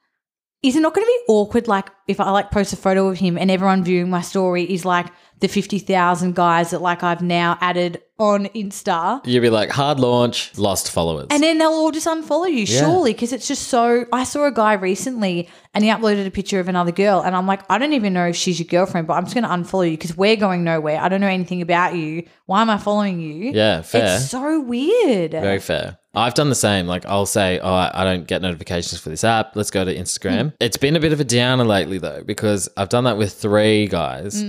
S2: is it not going to be awkward? Like if I like post a photo of him and everyone viewing my story is like the 50,000 guys that like I've now added on Insta.
S1: You'd be like, hard launch, lost followers.
S2: And then they'll all just unfollow you,
S1: Yeah.
S2: surely, because it's just so. I saw a guy recently and he uploaded a picture of another girl, and I'm like, I don't even know if she's your girlfriend, but I'm just going to unfollow you because we're going nowhere. I don't know anything about you. Why am I following you?
S1: yeah, fair.
S2: It's so weird.
S1: Very fair. I've done the same. Like, I'll say, oh, I I don't get notifications for this app. Let's go to Instagram.
S2: Hmm.
S1: It's been a bit of a downer lately, though, because I've done that with three guys.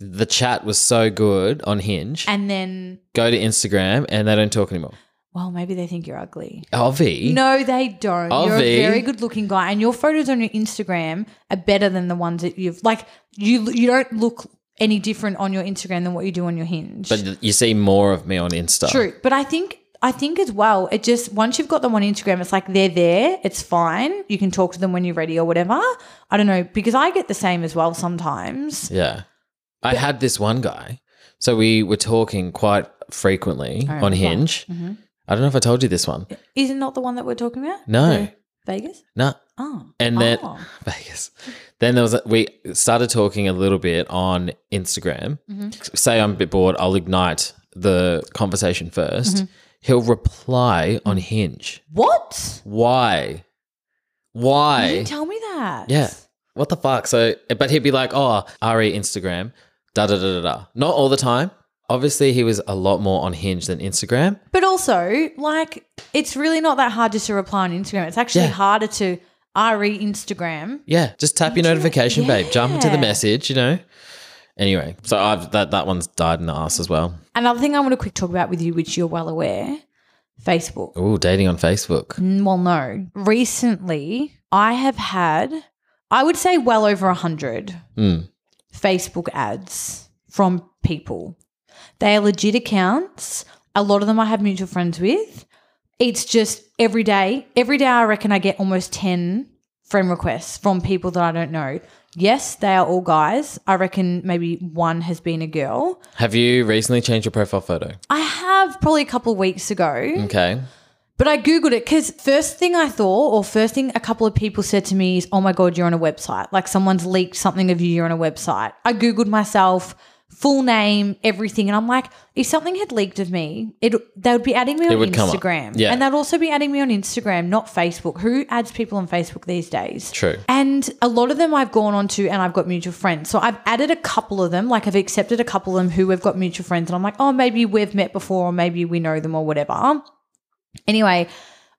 S1: The chat was so good on Hinge.
S2: Hmm. and then,
S1: go to Instagram and they don't talk anymore.
S2: well, maybe they think you're ugly.
S1: Ovi.
S2: No, they don't. You're
S1: Avi.
S2: a very good looking guy, and your photos on your Instagram are better than the ones that you've like. You you don't look any different on your Instagram than what you do on your Hinge.
S1: But you see more of me on Insta.
S2: True, but I think I think as well. It just once you've got them on Instagram, it's like they're there. It's fine. You can talk to them when you're ready or whatever. I don't know because I get the same as well sometimes.
S1: Yeah. I had this one guy. So we were talking quite frequently
S2: I
S1: on
S2: remember.
S1: Hinge.
S2: Mhm.
S1: I don't know if I told you this one.
S2: Is it not the one that we're talking about?
S1: No.
S2: The Vegas.
S1: No.
S2: Oh,
S1: And then
S2: Oh.
S1: Vegas. Then there was a, we started talking a little bit on Instagram. Say I'm a bit bored, I'll ignite the conversation 1st he He'll reply on Hinge.
S2: what?
S1: Why?
S2: You
S1: Why?
S2: didn't tell me that.
S1: Yeah. What the fuck? So, but he'd be like, oh, re Instagram, da da da da da. Not all the time. Obviously, he was a lot more on Hinge than Instagram.
S2: But also, like, it's really not that hard just to reply on Instagram. It's actually
S1: Yeah.
S2: harder to re Instagram.
S1: Yeah, just tap your notification, babe. Jump into the
S2: Yeah.
S1: message, you know. Anyway, so I've that that one's died in the ass as well.
S2: Another thing I want to quick talk about with you, which you're well aware, Facebook.
S1: Ooh, dating on Facebook.
S2: Mm, Well, no. Recently, I have had, I would say, well over 100
S1: Mm.
S2: Facebook ads from people. They are legit accounts. A lot of them I have mutual friends with. It's just every day, every day, I reckon I get almost 10 friend requests from people that I don't know. Yes, they are all guys. I reckon maybe one has been a girl.
S1: Have you recently changed your profile photo?
S2: I have probably a couple of weeks ago.
S1: Okay.
S2: But I Googled it because first thing I thought, or first thing a couple of people said to me is, oh my God, you're on a website. Like someone's leaked something of you, you're on a website. I Googled myself, full name, everything. And I'm like, if something had leaked of me, it they would be adding me on
S1: would come up.
S2: Instagram.
S1: Yeah.
S2: And they'd also be adding me on Instagram, not Facebook. Who adds people on Facebook these days?
S1: True.
S2: And a lot of them I've gone on to and I've got mutual friends. So I've added a couple of them, like I've accepted a couple of them who have got mutual friends. And I'm like, oh, maybe we've met before or maybe we know them or whatever. Anyway,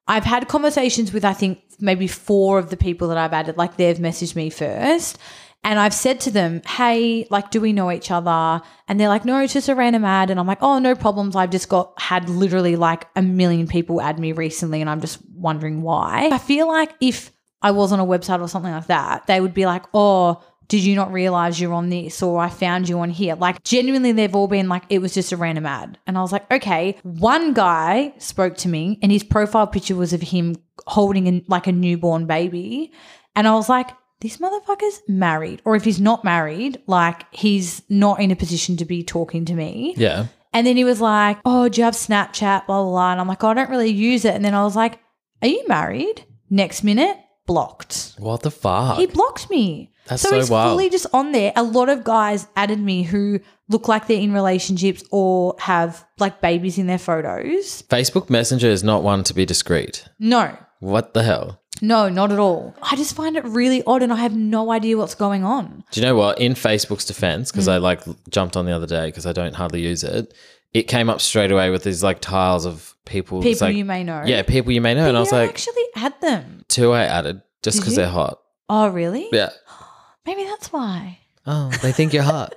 S2: I've had conversations with, I think, maybe four of the people that I've added. Like they've messaged me first. And I've said to them, hey, like, do we know each other? And they're like, no, it's just a random ad. And I'm like, oh, no problems. I've just got had literally like a million people add me recently. And I'm just wondering why. I feel like if I was on a website or something like that, they would be like, oh, did you not realize you're on this or I found you on here? Like, genuinely, they've all been like, it was just a random ad. And I was like, okay. One guy spoke to me and his profile picture was of him holding an, like a newborn baby. And I was like, this motherfucker's married. Or if he's not married, like, he's not in a position to be talking to me.
S1: Yeah.
S2: And then he was like, Oh, do you have Snapchat? Blah, blah, blah. And I'm like, oh, I don't really use it. And then I was like, Are you married? Next minute, blocked.
S1: What the fuck?
S2: He blocked me.
S1: That's
S2: so,
S1: so
S2: it's
S1: wild.
S2: fully just on there. A lot of guys added me who look like they're in relationships or have like babies in their photos.
S1: Facebook Messenger is not one to be discreet.
S2: No,
S1: What the hell?
S2: no, not at all. I just find it really odd and I have no idea what's going on.
S1: Do you know what? In Facebook's defense, because I
S2: Mm.
S1: like jumped on the other day because I don't hardly use it, it came up straight away with these like tiles of people. it's
S2: People
S1: like-
S2: you may know.
S1: Yeah, people you may know. and I was like,
S2: actually add them.
S1: two I added just
S2: Did
S1: because
S2: you?
S1: they're hot.
S2: Oh, really?
S1: Yeah.
S2: Maybe that's why.
S1: Oh, they think you're hot.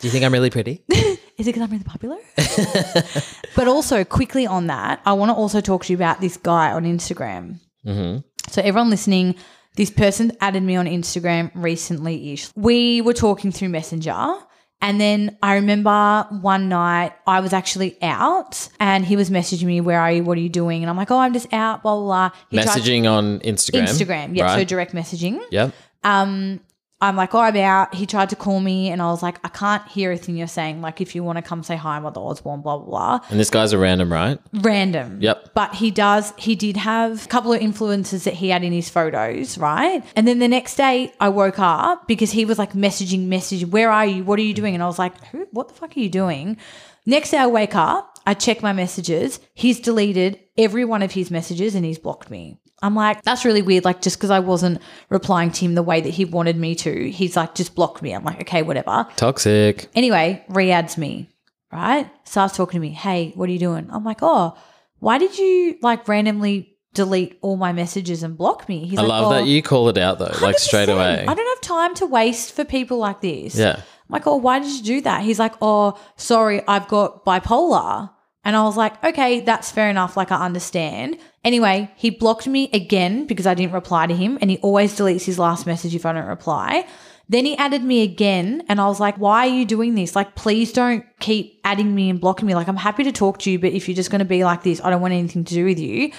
S1: Do you think I'm really pretty?
S2: Is it because I'm really popular? but also, quickly on that, I want to also talk to you about this guy on Instagram.
S1: hmm
S2: So, everyone listening, this person added me on Instagram recently ish. We were talking through Messenger. And then I remember one night I was actually out and he was messaging me, Where are you? What are you doing? And I'm like, Oh, I'm just out, blah, blah, blah. He tried-
S1: Messaging on Instagram.
S2: Instagram. Yeah. So,
S1: Right?
S2: direct messaging.
S1: yep.
S2: um, I'm like, oh, I'm out. He tried to call me, and I was like, I can't hear a thing you're saying. Like, if you want to come say hi, I'm at the Osborne, blah, blah, blah.
S1: And this guy's a random, right?
S2: Random.
S1: Yep.
S2: But he does, he did have a couple of influences that he had in his photos, right? And then the next day I woke up because he was like messaging, messaging, where are you? What are you doing? And I was like, who, what the fuck are you doing? Next day I wake up, I check my messages. He's deleted every one of his messages and he's blocked me. I'm like, that's really weird. Like, just because I wasn't replying to him the way that he wanted me to, he's like, just blocked me. I'm like, okay, whatever.
S1: Toxic.
S2: Anyway, re adds me, right? Starts talking to me. Hey, what are you doing? I'm like, oh, why did you like randomly delete all my messages and block me? He's
S1: I
S2: like,
S1: love
S2: "Oh,
S1: that you call it out though, like straight
S2: 100%.
S1: away.
S2: I don't have time to waste for people like this.
S1: Yeah.
S2: I'm like, oh, why did you do that? He's like, oh, sorry, I've got bipolar. And I was like, okay, that's fair enough. Like, I understand. Anyway, he blocked me again because I didn't reply to him. And he always deletes his last message if I don't reply. Then he added me again. And I was like, why are you doing this? Like, please don't keep adding me and blocking me. Like, I'm happy to talk to you, but if you're just going to be like this, I don't want anything to do with you.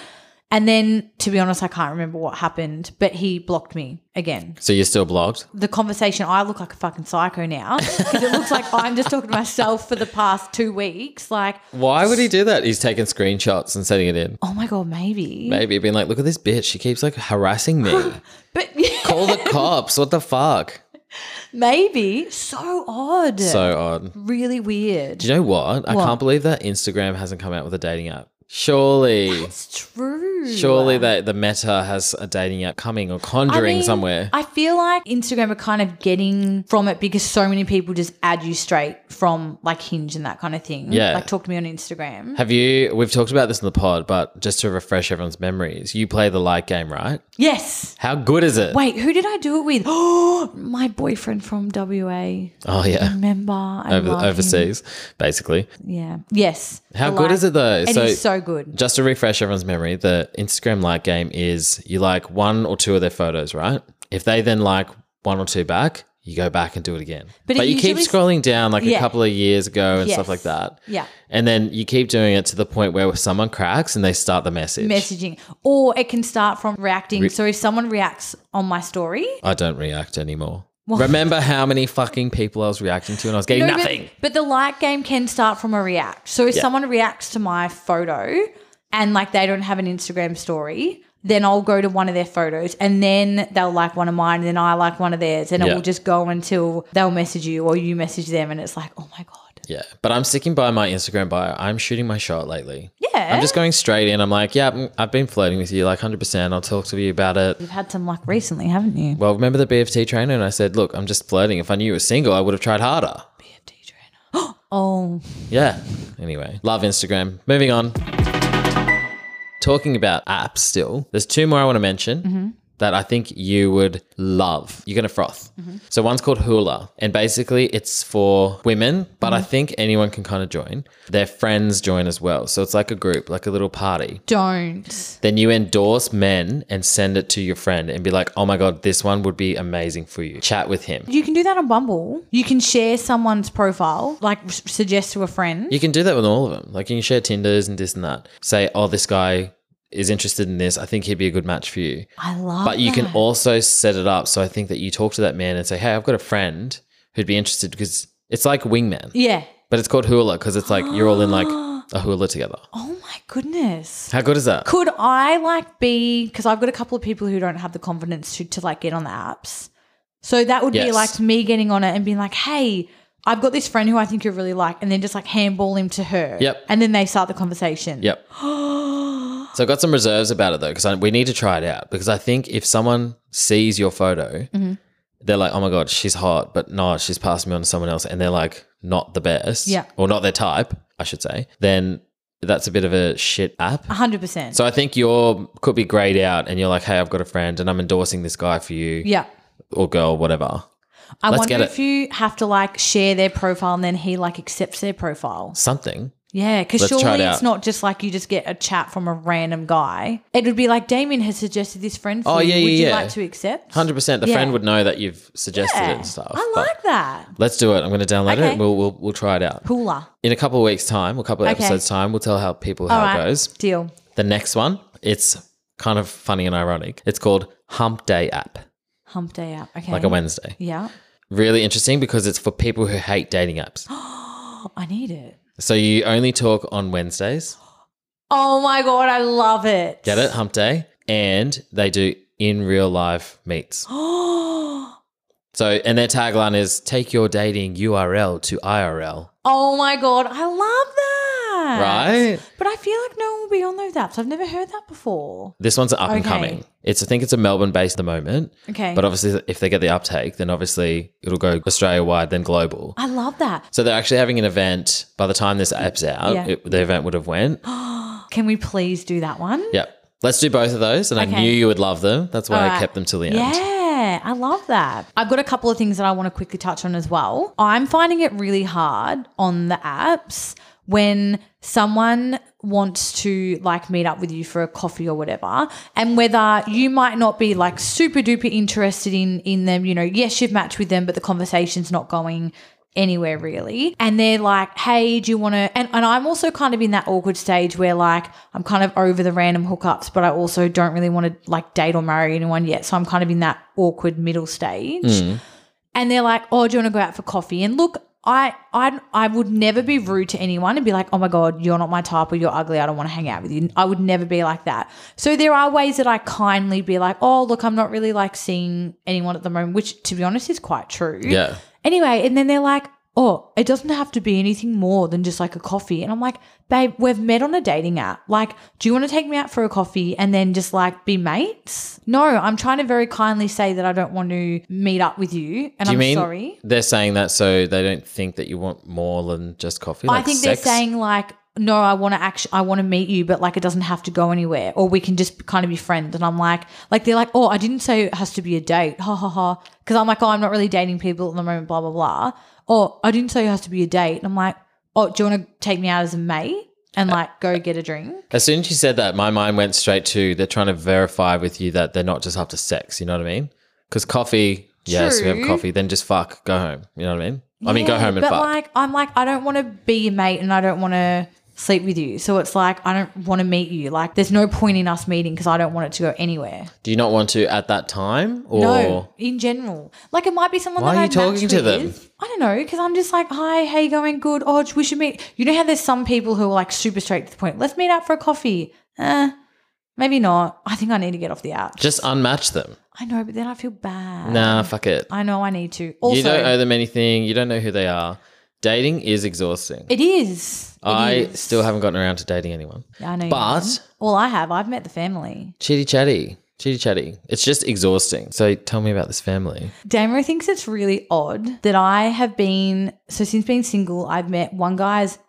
S2: And then, to be honest, I can't remember what happened, but he blocked me again
S1: So you're still blocked?
S2: the conversation, I look like a fucking psycho now because it looks like I'm just talking to myself for the past two weeks. Like,
S1: Why would he do that? He's taking screenshots and sending it in.
S2: oh my God, maybe.
S1: Maybe being like, look at this bitch. She keeps like harassing me.
S2: But
S1: Call the cops. What the fuck?
S2: maybe. So odd.
S1: So odd.
S2: really weird.
S1: Do you know what? I
S2: What?
S1: can't believe that Instagram hasn't come out with a dating app. Surely,
S2: it's true.
S1: surely that the Meta has a dating app coming or conjuring
S2: mean,
S1: somewhere.
S2: I feel like Instagram are kind of getting from it because so many people just add you straight from like Hinge and that kind of thing.
S1: Yeah.
S2: Like talk to me on Instagram.
S1: Have you? We've talked about this in the pod, but just to refresh everyone's memories, you play the like game, right?
S2: yes.
S1: How good is it?
S2: Wait, who did I do it with? Oh, my boyfriend from WA.
S1: Oh yeah,
S2: Remember, I
S1: Over,
S2: love him.
S1: overseas, basically.
S2: Yeah. Yes.
S1: How
S2: The
S1: good
S2: like-
S1: is it though?
S2: It is so good.
S1: just to refresh everyone's memory, the Instagram like game is you like one or two of their photos, right? If they then like one or two back, you go back and do it again.
S2: But
S1: But,
S2: it
S1: you keep
S2: usually-
S1: scrolling down like
S2: Yeah.
S1: a couple of years ago and
S2: Yes.
S1: stuff like that.
S2: Yeah.
S1: And then you keep doing it to the point where someone cracks and they start the message.
S2: Messaging. Or it can start from reacting. so if someone reacts on my story,
S1: I don't react anymore. Remember how many fucking people I was reacting to and I was getting
S2: No, but-
S1: nothing.
S2: But, the like game can start from a react. So if someone reacts to my photo and like they don't have an Instagram story, then I'll go to one of their photos and then they'll like one of mine and then I like one of theirs and it
S1: Yeah.
S2: will just go until they'll message you or you message them and it's like, oh my God.
S1: Yeah. But I'm sticking by my Instagram bio. I'm shooting my shot lately.
S2: Yeah.
S1: I'm just going straight in. I'm like, yeah, I'm- I've been flirting with you like 100%. I'll talk to you about it.
S2: You've had some luck recently, haven't you?
S1: Well, remember the BFT trainer? And I said, look, I'm just flirting. If I knew you were single, I would have tried harder.
S2: Oh,
S1: Yeah. Anyway, love Instagram. Moving on. Talking about apps still, there's two more I want to mention that I think you would love. You're going to froth. So one's called Hula, and basically it's for women, but I think anyone can kind of join. Their friends join as well. So it's like a group, like a little party.
S2: don't.
S1: Then you endorse men and send it to your friend and be like, oh my God, this one would be amazing for you. Chat with him.
S2: You can do that on Bumble. You can share someone's profile, like s- suggest to a friend.
S1: You can do that with all of them. Like you can share Tinders and this and that. Say, oh, this guy is interested in this. I think he'd be a good match for you.
S2: I love
S1: But you can
S2: that.
S1: also set it up. So I think that you talk to that man and say, hey, I've got a friend who'd be interested because it's like wingman,
S2: Yeah.
S1: but it's called hula because it's like you're all in like a hula together.
S2: Oh my goodness.
S1: How good is that?
S2: Could I like be because I've got a couple of people who don't have the confidence to, to like get on the apps. So that would be
S1: Yes.
S2: like me getting on it and being like, hey, I've got this friend who I think you really like, and then just like handball him to her.
S1: Yep.
S2: And then they start the conversation.
S1: Yep. so I've got some reserves about it though, because we need to try it out. Because I think if someone sees your photo,
S2: Mm-hmm.
S1: they're like, oh my God, she's hot, but no, she's passed me on to someone else. And they're like, not the best.
S2: Yeah.
S1: Or not their type, I should say. Then that's a bit of a shit app.
S2: hundred percent.
S1: So I think you're could be grayed out and you're like, hey, I've got a friend and I'm endorsing this guy for you
S2: yeah.
S1: or girl, whatever.
S2: I
S1: Let's
S2: wonder
S1: get
S2: if you have to like share their profile and then he like accepts their profile.
S1: Something.
S2: Yeah, because
S1: Let's try
S2: surely
S1: it
S2: it's
S1: out.
S2: not just like you just get a chat from a random guy. It would be like Damien has suggested this friend for
S1: Oh,
S2: you.
S1: yeah,
S2: Would
S1: yeah,
S2: you
S1: yeah.
S2: like to accept?
S1: 100% the
S2: Yeah.
S1: friend would know that you've suggested
S2: Yeah.
S1: it and stuff.
S2: I
S1: but
S2: like that.
S1: Let's do it. I'm going to download it.
S2: Okay.
S1: And we'll, we'll we'll try it out.
S2: Pooler.
S1: in a couple of weeks' time, a couple of
S2: Okay.
S1: episodes' time, we'll tell how people
S2: All
S1: how
S2: right.
S1: it goes.
S2: Deal.
S1: The next one, it's kind of funny and ironic. It's called Hump Day App,
S2: Hump day app. Okay.
S1: like a Wednesday.
S2: Yeah.
S1: Really interesting because it's for people who hate dating apps.
S2: Oh, I need it.
S1: so you only talk on Wednesdays.
S2: Oh my god, I love it.
S1: Get it? Hump Day. And they do in real life meets.
S2: Oh.
S1: So and their tagline is take your dating URL to IRL.
S2: Oh my god, I love that.
S1: Right?
S2: But I feel like no one will be on those apps. I've never heard that before.
S1: This one's up and
S2: Okay.
S1: coming. It's I think it's a Melbourne based at the moment.
S2: Okay.
S1: But uh, obviously, if they get the uptake, then obviously it'll go Australia wide, then global.
S2: I love that.
S1: So they're actually having an event. By the time this app's out,
S2: Yeah.
S1: it, the event would have went.
S2: Can we please do that one?
S1: yep. Let's do both of those. And
S2: Okay.
S1: I knew you would love them. That's why I
S2: Alright.
S1: kept them till the end.
S2: Yeah, I love that. I've got a couple of things that I want to quickly touch on as well. I'm finding it really hard on the apps when someone wants to like meet up with you for a coffee or whatever and whether you might not be like super duper interested in in them you know yes you've matched with them but the conversation's not going anywhere really. And they're like, hey, do you want to? And, and I'm also kind of in that awkward stage where like I'm kind of over the random hookups, but I also don't really want to like date or marry anyone yet. So I'm kind of in that awkward middle stage. And they're like, oh, do you want to go out for coffee? And look, I, I I would never be rude to anyone and be like, oh my God, you're not my type or you're ugly. I don't want to hang out with you. I would never be like that. So there are ways that I kindly be like, oh, look, I'm not really like seeing anyone at the moment, which to be honest is quite true.
S1: Yeah.
S2: Anyway, and then they're like, oh, it doesn't have to be anything more than just like a coffee. And I'm like, babe, we've met on a dating app. Like, do you want to take me out for a coffee and then just like be mates? No, I'm trying to very kindly say that I don't want to meet up with you. And
S1: Do you
S2: I'm
S1: mean
S2: sorry.
S1: they're saying that so they don't think that you want more than just coffee?
S2: I
S1: like
S2: think
S1: sex?
S2: they're saying like, no, I want to actually, I want to meet you, but like it doesn't have to go anywhere, or we can just kind of be friends. And I'm like, like they're like, oh, I didn't say it has to be a date, ha ha ha, because I'm like, oh, I'm not really dating people at the moment, blah blah blah. Or I didn't say it has to be a date, and I'm like, oh, do you want to take me out as a mate and like go get a drink?
S1: As soon as you said that, my mind went straight to they're trying to verify with you that they're not just after sex. You know what I mean? Because coffee, yes, we have
S2: True.
S1: coffee. Then just fuck, go home. You know what I mean? I mean, go
S2: Yeah,
S1: home and
S2: but
S1: fuck.
S2: like, I'm like, I don't want to be your mate, and I don't want to sleep with you. So it's like, I don't want to meet you. Like, there's no point in us meeting because I don't want it to go anywhere.
S1: Do you not want to at that time? Or
S2: No, in general. Like it might be someone
S1: Why
S2: that
S1: are you
S2: I've
S1: talking
S2: matched
S1: to
S2: with.
S1: them?
S2: I don't know because I'm just like, hi, how you going? Good. Oh, we should meet. You know how there's some people who are like super straight to the point. Let's meet up for a coffee. Eh, maybe not. I think I need to get off the app.
S1: just unmatch them.
S2: I know, but then I feel bad.
S1: Nah, fuck it.
S2: I know I need to. Also,
S1: you don't owe them anything. You don't know who they are. Dating is exhausting.
S2: it is. It
S1: I
S2: is.
S1: still haven't gotten around to dating anyone.
S2: Yeah, I know. you
S1: but-
S2: haven't. all I have, I've met the family.
S1: Chitty chatty. Chitty chatty. It's just exhausting. So tell me about this family.
S2: Damer thinks it's really odd that I have been so since being single, I've met one guy's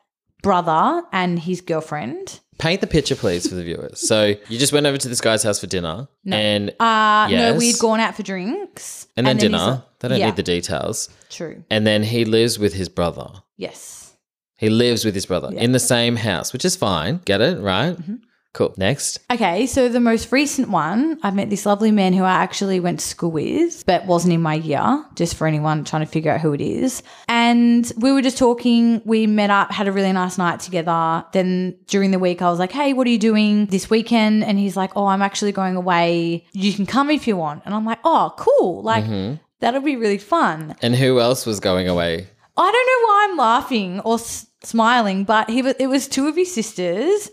S2: brother and his girlfriend.
S1: Paint the picture, please, for the viewers. So you just went over to this guy's house for dinner and
S2: Uh, no,
S1: Yes.
S2: we'd gone out for drinks.
S1: and then,
S2: he's
S1: dinner.
S2: like-
S1: They don't
S2: Yeah,
S1: need the details.
S2: True.
S1: And then he lives with his brother.
S2: Yes.
S1: He lives with his brother in the same house, which is fine. Get it? Right?
S2: Mm-hmm.
S1: Cool. Next.
S2: Okay, so the most recent one, I've met this lovely man who I actually went to school with, but wasn't in my year, just for anyone trying to figure out who it is. And we were just talking, we met up, had a really nice night together. Then during the week, I was like, hey, what are you doing this weekend? And he's like, oh, I'm actually going away. You can come if you want. And I'm like, oh, cool. Like,
S1: Mm-hmm.
S2: that'll be really fun.
S1: And who else was going away?
S2: I don't know why I'm laughing or s- smiling, but he was, it was two of his sisters,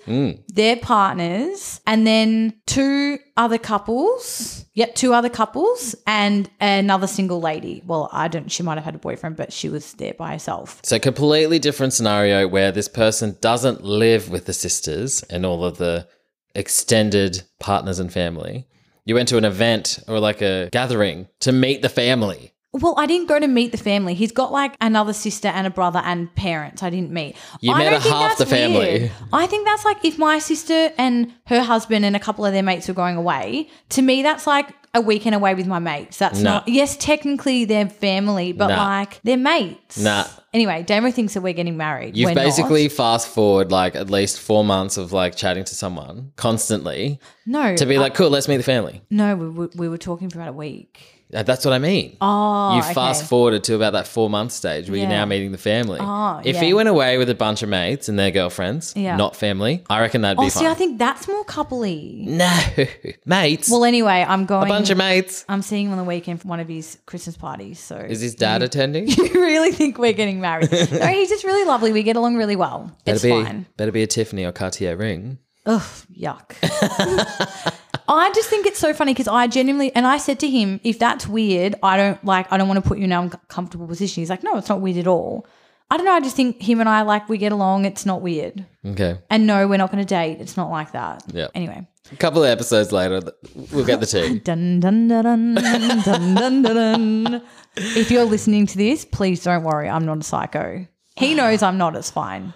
S2: their partners, and then two other couples. Yep, two other couples and another single lady. Well, I don't. She might have had a boyfriend, but she was there by herself.
S1: So completely different scenario where this person doesn't live with the sisters and all of the extended partners and family. You went to an event or like a gathering to meet the family.
S2: Well, I didn't go to meet the family. He's got like another sister and a brother and parents. I didn't meet.
S1: You
S2: I
S1: met
S2: don't think
S1: half
S2: that's
S1: the family.
S2: weird. I think that's like if my sister and her husband and a couple of their mates were going away. To me, that's like a weekend away with my mates. That's
S1: Nah.
S2: not. Yes, technically they're family, but
S1: Nah.
S2: like they're mates.
S1: Nah.
S2: Anyway, Damo thinks that we're getting married.
S1: You've
S2: We're not.
S1: basically fast forward like at least four months of like chatting to someone constantly
S2: no uh,
S1: to be like, cool, let's meet the family.
S2: no. We, we, we were talking for about a week.
S1: Uh, That's what I mean.
S2: Oh,
S1: you
S2: okay.
S1: fast forwarded to about that four month stage where you're
S2: Yeah.
S1: now meeting the family.
S2: Oh,
S1: if
S2: yeah.
S1: he went away with a bunch of mates and their girlfriends,
S2: Yeah.
S1: not family, I reckon that'd be
S2: Oh, see,
S1: fine.
S2: I think that's more coupley.
S1: no, mates.
S2: Well, anyway, I'm going.
S1: a bunch of mates.
S2: I'm seeing him on the weekend for one of his Christmas parties. So
S1: Is his dad
S2: Mm.
S1: attending?
S2: you really think we're getting married? no, he's just really lovely. We get along really well.
S1: Better
S2: it's
S1: be,
S2: fine.
S1: Better be a Tiffany or Cartier ring.
S2: Ugh, yuck. I just think it's so funny because I genuinely and I said to him, if that's weird, I don't like. I don't want to put you in an uncomfortable position. He's like, no, it's not weird at all. I don't know. I just think him and I like we get along. It's not weird.
S1: Okay.
S2: And no, we're not going to date. It's not like that.
S1: Yeah.
S2: Anyway.
S1: A couple of episodes later, th- we'll get the tea.
S2: Dun, dun, dun, dun, dun, dun, dun, dun. If you're listening to this, please don't worry. I'm not a psycho. He knows I'm not. It's fine.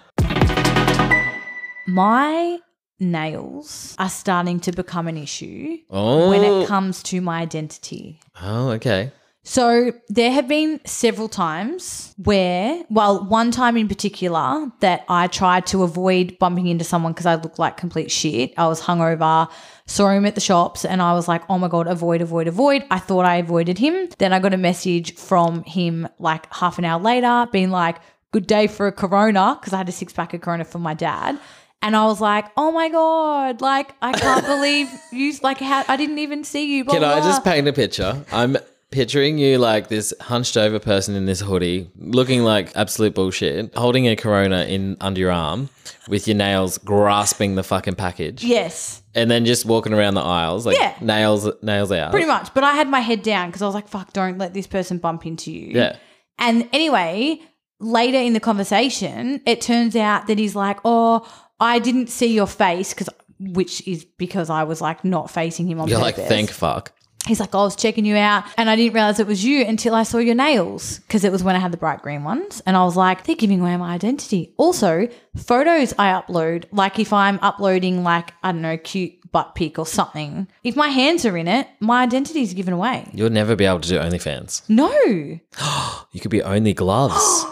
S2: My nails are starting to become an issue
S1: Oh.
S2: when it comes to my identity.
S1: oh, okay.
S2: So there have been several times where, well, one time in particular that I tried to avoid bumping into someone because I looked like complete shit. I was hungover, saw him at the shops, and I was like, oh my God, avoid, avoid, avoid. I thought I avoided him. Then I got a message from him like half an hour later being like, good day for a Corona because I had a six pack of Corona for my dad. And I was like, oh my God, like, I can't believe you, like, how I didn't even see you. Blah,
S1: Can I
S2: blah,
S1: just
S2: blah.
S1: paint a picture? I'm picturing you like this hunched over person in this hoodie, looking like absolute bullshit, holding a corona in under your arm with your nails grasping the fucking package.
S2: Yes.
S1: And then just walking around the aisles, like
S2: Yeah.
S1: nails nails out.
S2: Pretty much. But I had my head down because I was like, fuck, don't let this person bump into you.
S1: Yeah.
S2: And anyway, later in the conversation, it turns out that he's like, oh, I didn't see your face because. Which is because I was like not facing him on
S1: You're like,
S2: purpose.
S1: thank fuck.
S2: He's like, "Oh, I was checking you out and I didn't realize it was you until I saw your nails because it was when I had the bright green ones. And I was like, they're giving away my identity. Also, photos I upload, like if I'm uploading, like, I don't know, cute butt pic or something, if my hands are in it, my identity's given away.
S1: You'll never be able to do OnlyFans.
S2: No.
S1: You could be only gloves.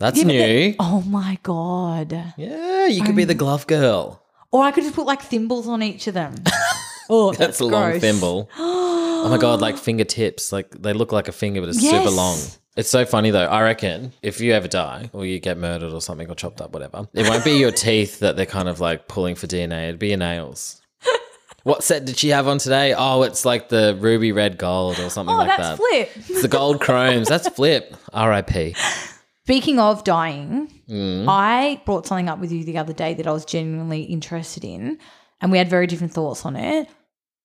S1: That's new.
S2: Oh my God.
S1: yeah, you could be
S2: Oh.
S1: the glove girl.
S2: Or I could just put like thimbles on each of them. oh, that's,
S1: That's a long
S2: gross.
S1: thimble. oh my god, like fingertips. Like they look like a finger, but it's super
S2: Yes.
S1: long. It's so funny though. I reckon if you ever die or you get murdered or something or chopped up, whatever, it won't be your teeth that they're kind of like pulling for DNA. It'd be your nails. what set did she have on today? Oh, it's like the ruby red gold or something
S2: Oh,
S1: like that.
S2: that's flip.
S1: It's the gold chromes. That's flip. R.I.P.
S2: Speaking of dying,
S1: Mm.
S2: I brought something up with you the other day that I was genuinely interested in, and we had very different thoughts on it.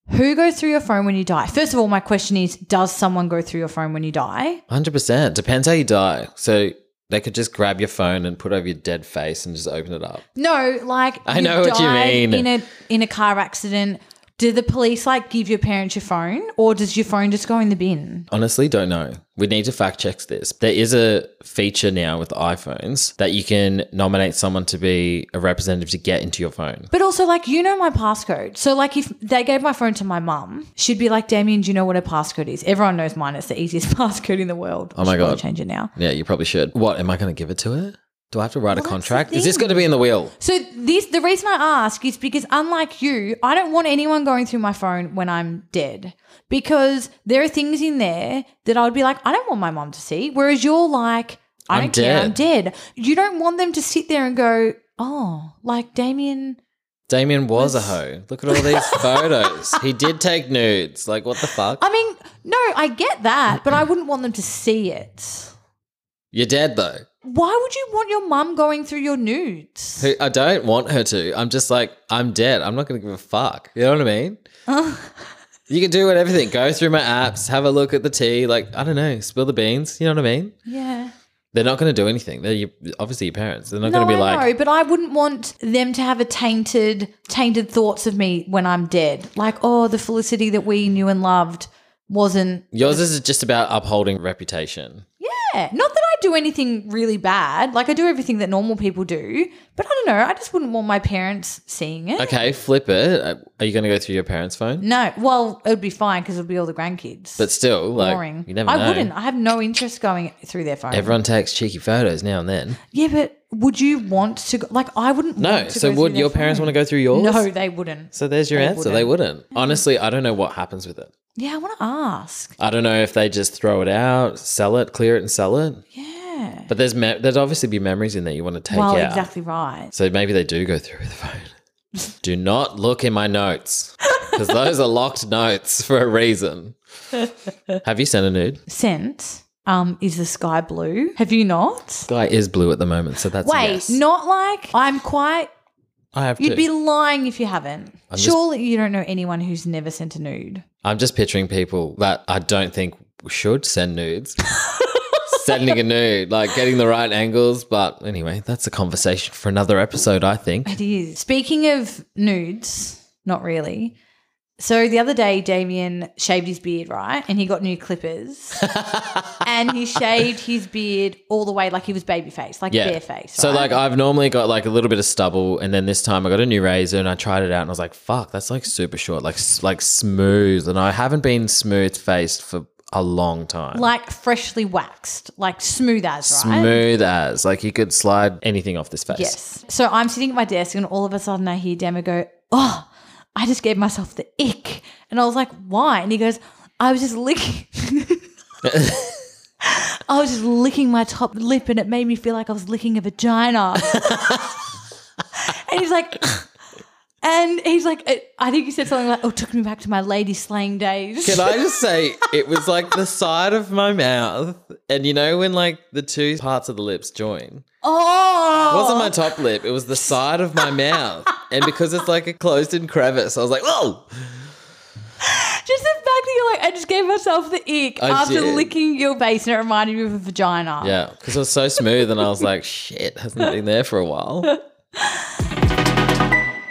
S2: Who goes through your phone when you die? First of all, my question is Does someone go through your phone when you die?
S1: Hundred percent. Depends how you die. So they could just grab your phone and put it over your dead face and just open it up.
S2: No, like
S1: I
S2: you've
S1: know what you
S2: died
S1: mean.
S2: In a in a car accident, do the police like give your parents your phone, or does your phone just go in the bin?
S1: Honestly, don't know. We need to fact check this. There is a feature now with iPhones that you can nominate someone to be a representative to get into your phone.
S2: But also, like, you know my passcode. So, like, if they gave my phone to my mum, she'd be like, Damien, do you know what her passcode is? Everyone knows mine. It's the easiest passcode in the world.
S1: Oh my
S2: Should probably
S1: God.
S2: Change it now.
S1: Yeah, you probably should. What am I going to give it to it? Do I have to write a
S2: the
S1: contract? Is this
S2: thing.
S1: going to be in the wheel?
S2: So this the reason I ask is because unlike you, I don't want anyone going through my phone when I'm dead because there are things in there that I would be like, I don't want my mom to see. Whereas you're like, I
S1: I'm
S2: don't care, I'm dead. You don't want them to sit there and go, oh, like Damien.
S1: Damien was a hoe. Look at all these photos. He did take nudes. Like what the fuck?
S2: I mean, no, I get that, but I wouldn't want them to see it.
S1: You're dead though.
S2: Why would you want your mum going through your nudes?
S1: Who- I don't want her to. I'm just like, I'm dead. I'm not going to give a fuck. You know what I mean? you can do it, everything. Go through my apps, have a look at the tea. Like, I don't know, spill the beans. You know what I mean?
S2: Yeah.
S1: They're not going to do anything. They're your, obviously your parents. They're not going to be
S2: I
S1: like,
S2: know, but I wouldn't want them to have a tainted, tainted thoughts of me when I'm dead. Like, oh, the Felicity that we knew and loved wasn't.
S1: yours is just about upholding reputation.
S2: Yeah, not that I do anything really bad. Like, I do everything that normal people do, but I don't know. I just wouldn't want my parents seeing it.
S1: Okay, flip it. Uh, Are you going to go through your parents' phone?
S2: No, well, it would be fine because it would be all the grandkids.
S1: But still, like,
S2: boring.
S1: you never
S2: I
S1: know.
S2: wouldn't. I have no interest going through their phone.
S1: Everyone takes cheeky photos now and then.
S2: yeah, but would you want to? Go, like, I wouldn't.
S1: No.
S2: Want to
S1: So
S2: go through
S1: would
S2: their
S1: your parents
S2: phone.
S1: want to go through yours?
S2: No, they wouldn't.
S1: So there's your
S2: They
S1: answer. They wouldn't. Honestly, I don't know what happens with it.
S2: Yeah, I want to ask.
S1: I don't know if they just throw it out, sell it, clear it, and sell it.
S2: Yeah.
S1: But there's me- there'd obviously be memories in there you want to take
S2: well,
S1: out.
S2: exactly right.
S1: So maybe they do go through the phone. do not look in my notes because those are locked notes for a reason. Have you sent a nude?
S2: Scent um, is the sky blue. Have you not?
S1: Guy is blue at the moment, so that's a
S2: Wait,
S1: yes.
S2: not like I'm quite.
S1: I have
S2: You'd
S1: to.
S2: be lying if you haven't.
S1: just-
S2: Surely you don't know anyone who's never sent a nude.
S1: I'm just picturing people that I don't think should send nudes. Sending a nude, like getting the right angles. But anyway, that's a conversation for another episode, I think.
S2: It is. Speaking of nudes, not really. So the other day, Damien shaved his beard, right? And he got new clippers. and he shaved his beard all the way like he was babyface, like
S1: Yeah.
S2: barefaced. Right?
S1: So like I've normally got like a little bit of stubble, and then this time I got a new razor and I tried it out and I was like, "Fuck, that's like super short, like s- like smooth." And I haven't been smooth faced for a long time.
S2: like freshly waxed, like smooth as, right?
S1: smooth as like you could slide anything off this face.
S2: Yes. So I'm sitting at my desk and all of a sudden I hear Demo go, Oh, I just gave myself the ick. And I was like, Why? And he goes, I was just licking. I was just licking my top lip and it made me feel like I was licking a vagina. and he's like, and he's like, it, I think he said something like, oh, it took me back to my lady slaying days.
S1: Can I just say it was like the side of my mouth, and you know when like the two parts of the lips join?
S2: oh.
S1: It wasn't my top lip; it was the side of my mouth, and because it's like a closed-in crevice, I was like, "Whoa!"
S2: Just the fact that you're like, I just gave myself the ick
S1: I
S2: after
S1: did.
S2: licking your base and it reminded me of a vagina.
S1: Yeah, because it was so smooth, and I was like, "Shit, hasn't been there for a while."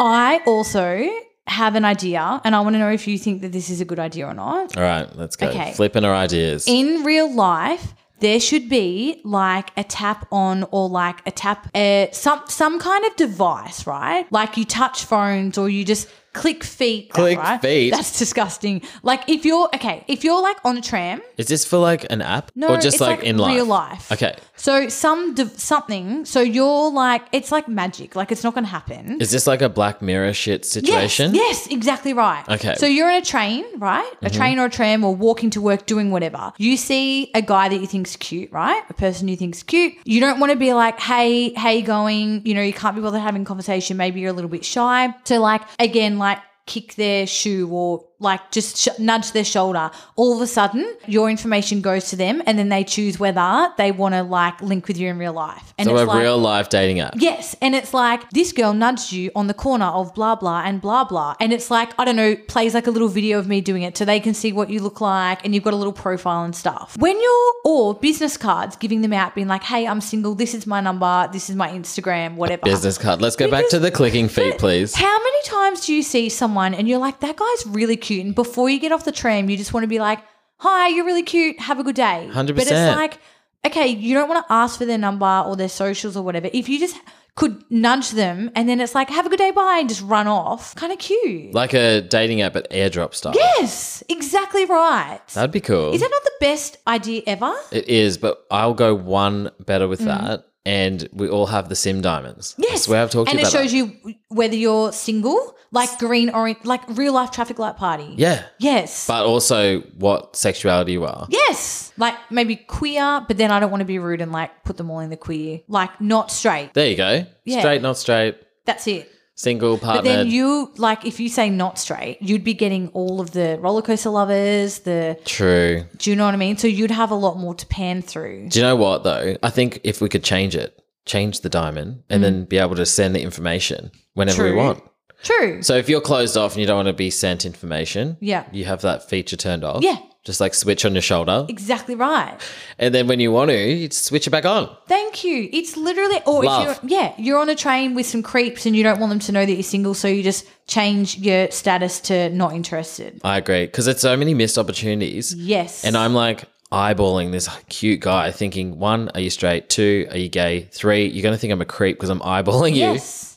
S2: I also have an idea and I want to know if you think that this is a good idea or not.
S1: All right, let's go.
S2: Okay.
S1: Flipping our ideas.
S2: In real life, there should be like a tap on or like a tap uh, some some kind of device, right? Like you touch phones or you just click feet. That's
S1: Click
S2: right.
S1: feet.
S2: That's disgusting. Like if you're okay, if you're like on a tram,
S1: Is this for like an app?
S2: No,
S1: or just
S2: it's
S1: like,
S2: like,
S1: in life?
S2: real life.
S1: Okay.
S2: So some div- something. So you're like it's like magic. Like it's not going to happen.
S1: Is this like a Black Mirror shit situation?
S2: Yes, yes, exactly right.
S1: Okay. Mm-hmm.
S2: So you're in a train, right? A train or a tram or walking to work doing whatever. You see a guy that you think's cute, right? A person you think's cute. You don't want to be like, hey, how you going? You know, you can't be bothered having conversation. Maybe you're a little bit shy. So like again, like kick their shoe or like just sh- nudge their shoulder all of a sudden your information goes to them and then they choose whether they want to like link with you in real life and
S1: So
S2: it's
S1: a
S2: like
S1: real life dating app.
S2: Yes. And it's like, this girl nudged you on the corner of blah, blah, and blah, blah. And it's like, I don't know, plays like a little video of me doing it so they can see what you look like and you've got a little profile and stuff. When you're, or business cards, giving them out, being like, hey, I'm single. This is my number. This is my Instagram, whatever.
S1: Business card. Let's go back to the clicking feet, please.
S2: How many times do you see someone and you're like, that guy's really cute? And before you get off the tram, you just want to be like, hi, you're really cute. Have a good day.
S1: 100%.
S2: But it's like, okay, you don't want to ask for their number or their socials or whatever. If you just could nudge them and then it's like, have a good day, bye, and just run off, kind of cute.
S1: Like a dating app but airdrop style.
S2: yes, exactly right.
S1: That'd be cool.
S2: Is that not the best idea ever?
S1: it is, but I'll go one better with that. And we all have the sim diamonds. I
S2: Mm. Yes.
S1: swear I've talked
S2: and
S1: to you
S2: it
S1: about
S2: shows
S1: that.
S2: you whether you're single, like green, orange, like real life traffic light party.
S1: Yeah.
S2: Yes.
S1: But also what sexuality you are.
S2: Yes, like maybe queer, but then I don't want to be rude and like put them all in the queer, like not straight.
S1: There you go.
S2: Yeah.
S1: Straight, not straight.
S2: That's it.
S1: single
S2: But
S1: partner.
S2: then you like if you say not straight, you'd be getting all of the roller coaster lovers, the
S1: True.
S2: do you know what I mean? So you'd have a lot more to pan through.
S1: Do you know what though? I think if we could change it, change the diamond, and then be able to send the information whenever we
S2: Mm. True.
S1: want.
S2: True.
S1: So if you're closed off and you don't want to be sent information,
S2: Yeah.
S1: you have that feature turned off.
S2: Yeah.
S1: Just like switch on your shoulder.
S2: Exactly right.
S1: And then when you want to, you switch it back on.
S2: Thank you. It's literally or
S1: Love.
S2: if you're yeah, you're on a train with some creeps and you don't want them to know that you're single, so you just change your status to not interested.
S1: I agree. Because it's so many missed opportunities.
S2: Yes.
S1: And I'm like eyeballing this cute guy, thinking, one, are you straight? Two, are you gay? Three, you're going to think I'm a creep because I'm eyeballing you
S2: Yes.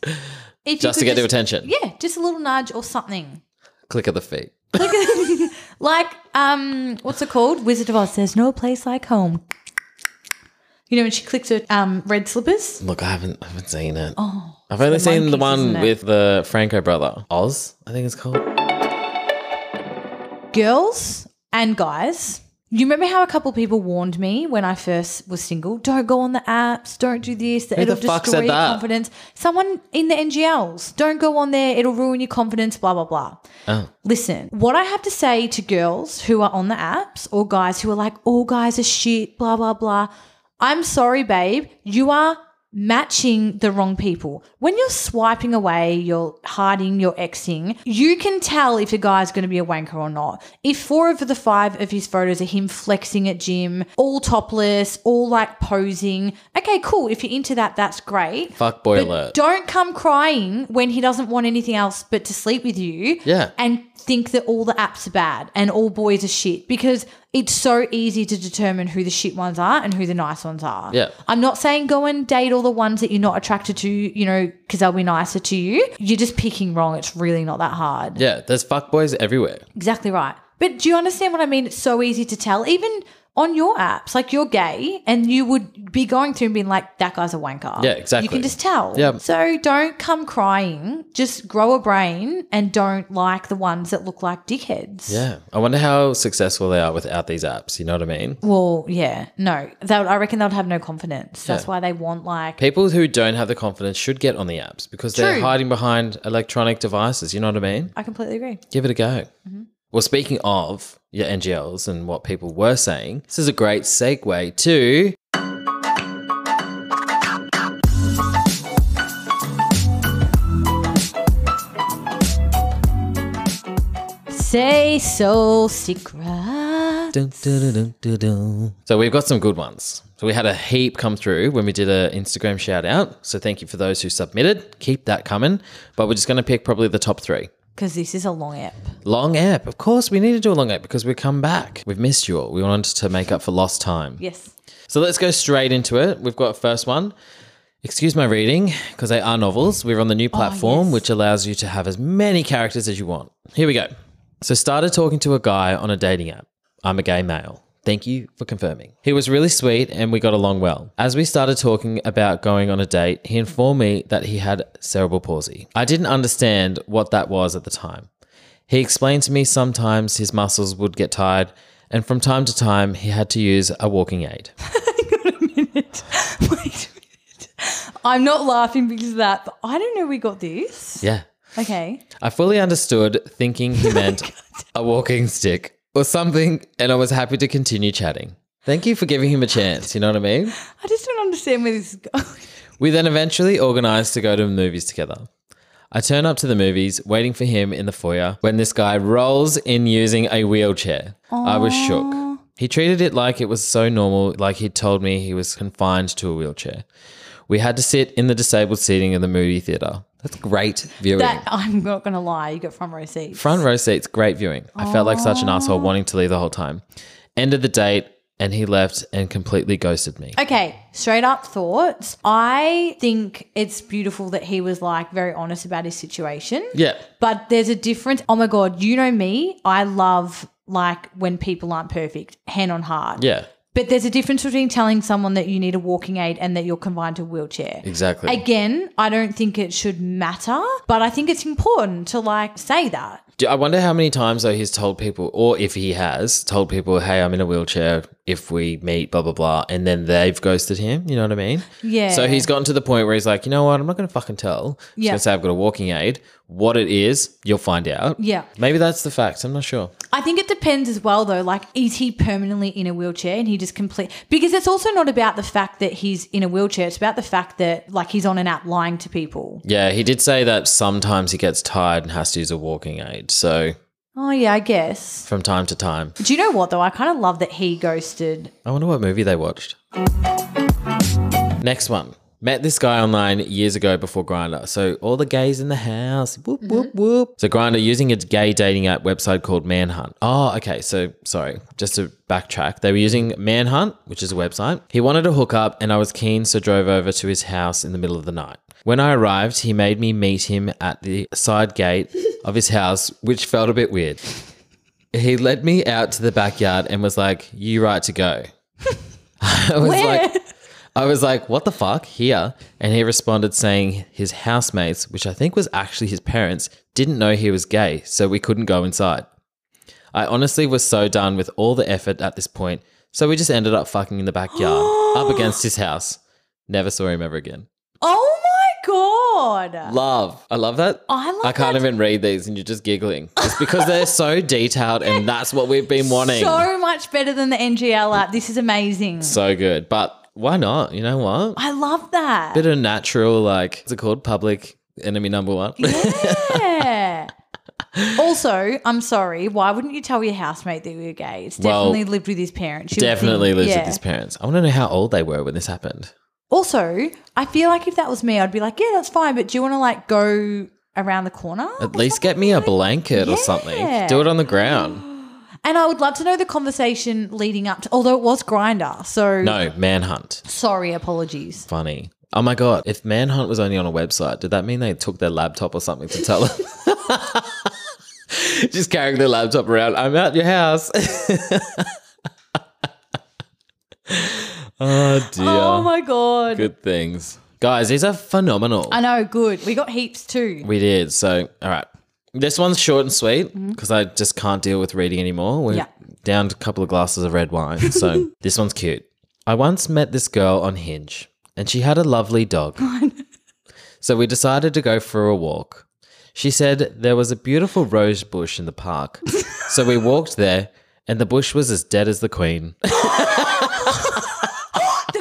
S2: If
S1: just to
S2: you could
S1: get their attention.
S2: Yeah, just a little nudge or something.
S1: Click of the feet.
S2: Like, um, what's it called? Wizard of Oz. There's no place like home. You know, when she clicks her um, red slippers.
S1: Look, I haven't, I haven't seen it.
S2: Oh,
S1: I've only
S2: the
S1: seen the
S2: monkeys, isn't
S1: one
S2: it?
S1: with the Franco brother, Oz, I think it's called.
S2: girls and guys. You remember how a couple people warned me when I first was single? Don't go on the apps. Don't do this. That
S1: Who the
S2: it'll
S1: fuck
S2: destroy
S1: said
S2: your
S1: that?
S2: confidence. Someone in the NGLs. Don't go on there. It'll ruin your confidence. Blah blah blah.
S1: Oh.
S2: Listen, what I have to say to girls who are on the apps or guys who are like, all guys are shit, blah, blah, blah. I'm sorry, babe. You are matching the wrong people. When you're swiping away, you're hiding, you're Xing, you can tell if a guy's going to be a wanker or not. If four of the five of his photos are him flexing at gym, all topless, all like posing, okay, cool. If you're into that, that's great.
S1: Fuck boy
S2: But
S1: alert.
S2: Don't come crying when he doesn't want anything else but to sleep with you.
S1: Yeah.
S2: And think that all the apps are bad and all boys are shit because it's so easy to determine who the shit ones are and who the nice ones are.
S1: Yeah.
S2: I'm not saying go and date all the ones that you're not attracted to, you know, because they'll be nicer to you. You're just picking wrong. It's really not that hard.
S1: Yeah, there's fuck boys everywhere.
S2: Exactly right. But do you understand what I mean? It's so easy to tell. Even on your apps, like you're gay and you would be going through and being like, that guy's a wanker.
S1: Yeah, exactly.
S2: You can just tell.
S1: Yeah.
S2: So don't come crying. Just grow a brain and don't like the ones that look like dickheads.
S1: Yeah. I wonder how successful they are without these apps. You know what I mean?
S2: Well, yeah, no. They would, I reckon they would have no confidence. That's why they want like
S1: People who don't have the confidence should get on the apps because they're
S2: True.
S1: hiding behind electronic devices. You know what I mean?
S2: I completely agree.
S1: Give it a go.
S2: Mm-hmm.
S1: Well, speaking of your NGLs and what people were saying, this is a great segue to.
S2: Say so secret.
S1: Dun, dun, dun, dun, dun, dun. So we've got some good ones. So we had a heap come through when we did an Instagram shout out. So thank you for those who submitted. Keep that coming. But we're just going to pick probably the top three.
S2: Because this is a long app.
S1: Long app. Of course, we need to do a long app because we've come back. We've missed you all. We wanted to make up for lost time.
S2: Yes.
S1: So let's go straight into it. We've got first one. Excuse my reading because they are novels. We're on the new platform,
S2: yes.
S1: which allows you to have as many characters as you want. Here we go. So started talking to a guy on a dating app. I'm a gay male. Thank you for confirming. He was really sweet and we got along well. As we started talking about going on a date, he informed me that he had cerebral palsy. I didn't understand what that was at the time. He explained to me sometimes his muscles would get tired, and from time to time, he had to use a walking aid.
S2: minute. Wait a minute. I'm not laughing because of that, but I don't know we got this.
S1: Yeah.
S2: Okay.
S1: I fully understood, thinking he meant a walking stick or something, and I was happy to continue chatting. Thank you for giving him a chance, you know what I mean?
S2: I just don't understand where this is going.
S1: We then eventually organised to go to the movies together. I turn up to the movies, waiting for him in the foyer, when this guy rolls in using a wheelchair. I was shook. He treated it like it was so normal, like he'd told me he was confined to a wheelchair. We had to sit in the disabled seating in the movie theatre. That's great viewing.
S2: That I'm not gonna lie, you got front row seats.
S1: Front row seats, great viewing. I felt like such an asshole wanting to leave the whole time. Ended the date and he left and completely ghosted me.
S2: Okay, straight up thoughts. I think it's beautiful that he was like very honest about his situation.
S1: Yeah.
S2: But there's a difference. Oh my god, you know me. I love like when people aren't perfect, hand on heart.
S1: Yeah.
S2: But there's a difference between telling someone that you need a walking aid and that you're confined to a wheelchair.
S1: Exactly.
S2: Again, I don't think it should matter, but I think it's important to like say that.
S1: Do- I wonder how many times though he's told people, or if he has told people, "Hey, I'm in a wheelchair. if we meet, blah, blah, blah. And then they've ghosted him. You know what I mean?
S2: Yeah.
S1: So he's gotten to the point where he's like, you know what? I'm not going to fucking tell. I'm
S2: Yeah.
S1: going to say I've got a walking aid. What it is, you'll find out.
S2: Yeah.
S1: Maybe that's the fact. I'm not sure.
S2: I think it depends as well, though. Like, is he permanently in a wheelchair and he just complete? Because it's also not about the fact that he's in a wheelchair. It's about the fact that like he's on an app lying to people.
S1: Yeah, he did say that sometimes he gets tired and has to use a walking aid. So
S2: Oh yeah, I guess.
S1: from time to time.
S2: Do you know what though? I kind of love that he ghosted.
S1: I wonder what movie they watched. Next one. Met this guy online years ago before Grinder. So all the gays in the house. Whoop whoop whoop. So Grinder using a gay dating app website called Manhunt. Oh, okay. So sorry, just to backtrack, they were using Manhunt, which is a website. He wanted to hook up, and I was keen, so drove over to his house in the middle of the night. When I arrived, he made me meet him at the side gate of his house, which felt a bit weird. He led me out to the backyard and was like, "You right to go." I was
S2: Where?
S1: like, I was like, "What the fuck?" Here, and he responded saying his housemates, which I think was actually his parents, didn't know he was gay, so we couldn't go inside. I honestly was so done with all the effort at this point, so we just ended up fucking in the backyard, up against his house. Never saw him ever again.
S2: oh my god.
S1: Love, I love that.
S2: I love
S1: I can't
S2: that
S1: even read these, and you're just giggling. It's because they're so detailed, and that's what we've been wanting.
S2: so much better than the NGL app. This is amazing.
S1: so good. But why not? You know what?
S2: I love that.
S1: Bit of natural, like, what's it called? Public enemy number one.
S2: Yeah. also, I'm sorry. Why wouldn't you tell your housemate that you were gay? It's
S1: Well,
S2: definitely lived with his parents. You would
S1: Definitely
S2: think-
S1: lives
S2: yeah.
S1: with his parents. I want to know how old they were when this happened.
S2: Also, I feel like if that was me, I'd be like, yeah, that's fine. But do you want to like go around the corner?
S1: At least get me a blanket or something.
S2: Yeah.
S1: Do it on the ground.
S2: And I would love to know the conversation leading up to, although it was Grinder. So
S1: No, manhunt.
S2: sorry, apologies.
S1: Funny. Oh my god! If manhunt was only on a website, did that mean they took their laptop or something to tell them? Just carrying their laptop around. I'm at your house. oh dear.
S2: Oh my God.
S1: Good things, guys. These are phenomenal.
S2: I know, good. We got heaps too.
S1: We did. So, all right. This one's short and sweet because I just can't deal with reading anymore. We're
S2: Mm-hmm. Yeah.
S1: down to a couple of glasses of red wine. So, this one's cute. I once met this girl on Hinge and she had a lovely dog. so, we decided to go for a walk. She said there was a beautiful rose bush in the park. so, we walked there and the bush was as dead as the queen.
S2: the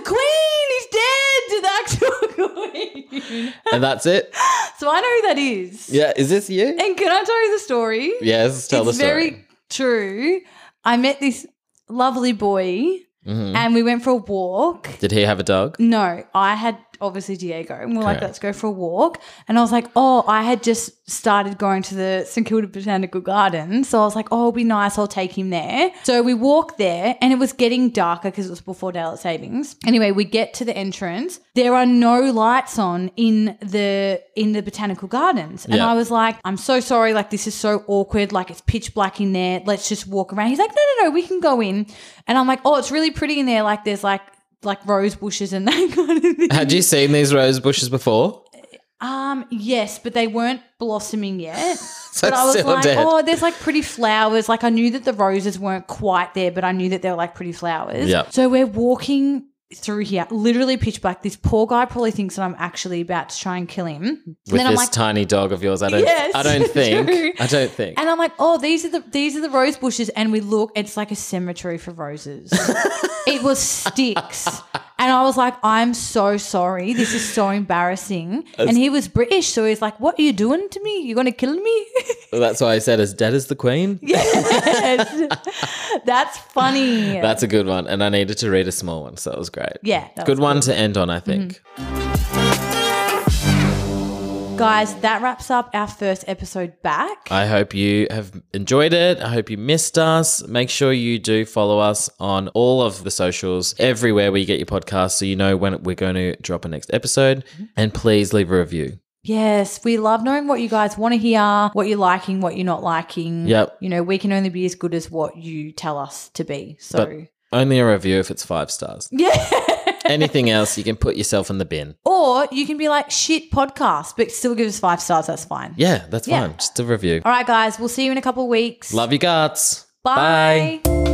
S2: Queen is dead. The actual Queen.
S1: and that's it.
S2: So I know who that is.
S1: Yeah. Is this you?
S2: And can I tell you the story?
S1: Yes. Tell
S2: it's
S1: the story.
S2: very true. I met this lovely boy
S1: Mm-hmm.
S2: and we went for a walk.
S1: Did he have a dog?
S2: No, I had obviously Diego, and we're like,
S1: Correct.
S2: let's go for a walk. And I was like, oh, I had just started going to the St Kilda Botanical Garden, so I was like, oh, it'll be nice. I'll take him there. So we walk there, and it was getting darker because it was before daylight savings. Anyway, we get to the entrance. There are no lights on in the in the botanical gardens, and
S1: Yeah.
S2: I was like, I'm so sorry. Like this is so awkward. Like it's pitch black in there. Let's just walk around. He's like, no, no, no, we can go in. And I'm like, oh, it's really pretty in there. Like there's like like rose bushes and that kind of thing.
S1: Had you seen these rose bushes before?
S2: Um, yes, but they weren't blossoming yet.
S1: So
S2: but I was
S1: still
S2: like,
S1: dead.
S2: oh, there's like pretty flowers. Like I knew that the roses weren't quite there, but I knew that they were like pretty flowers.
S1: Yep.
S2: So we're walking through here, literally pitch black. This poor guy probably thinks that I'm actually about to try and kill him. And
S1: with
S2: then I'm
S1: this
S2: like,
S1: tiny dog of yours. I don't.
S2: Yes,
S1: I don't think.
S2: true.
S1: I don't think.
S2: and I'm like, oh, these are the these are the rose bushes, and we look, it's like a cemetery for roses. it was sticks, and I was like, I'm so sorry, this is so embarrassing. and he was British, so he's like, what are you doing to me? You're gonna kill me?
S1: Well, that's why I said as dead as the queen.
S2: yes, that's funny.
S1: That's a good one, and I needed to read a small one, so it was great.
S2: yeah, that
S1: good
S2: was-
S1: one to end on,
S2: Mm-hmm.
S1: I think.
S2: guys. That wraps up our first episode back.
S1: I hope you have enjoyed it. I hope you missed us. Make sure you do follow us on all of the socials, everywhere where you get your podcast, so you know when we're going to drop a next episode.
S2: Mm-hmm.
S1: And please leave a review.
S2: Yes, we love knowing what you guys want to hear, what you're liking, what you're not liking.
S1: Yep.
S2: You know, we can only be as good as what you tell us to be. So,
S1: But only a review if it's five stars.
S2: yeah.
S1: Anything else, you can put yourself in the bin.
S2: or you can be like, shit podcast, but still give us five stars. That's fine.
S1: Yeah, that's
S2: Yeah.
S1: fine. Just a review.
S2: All right, guys, we'll see you in a couple of weeks.
S1: Love you, guts.
S2: Bye.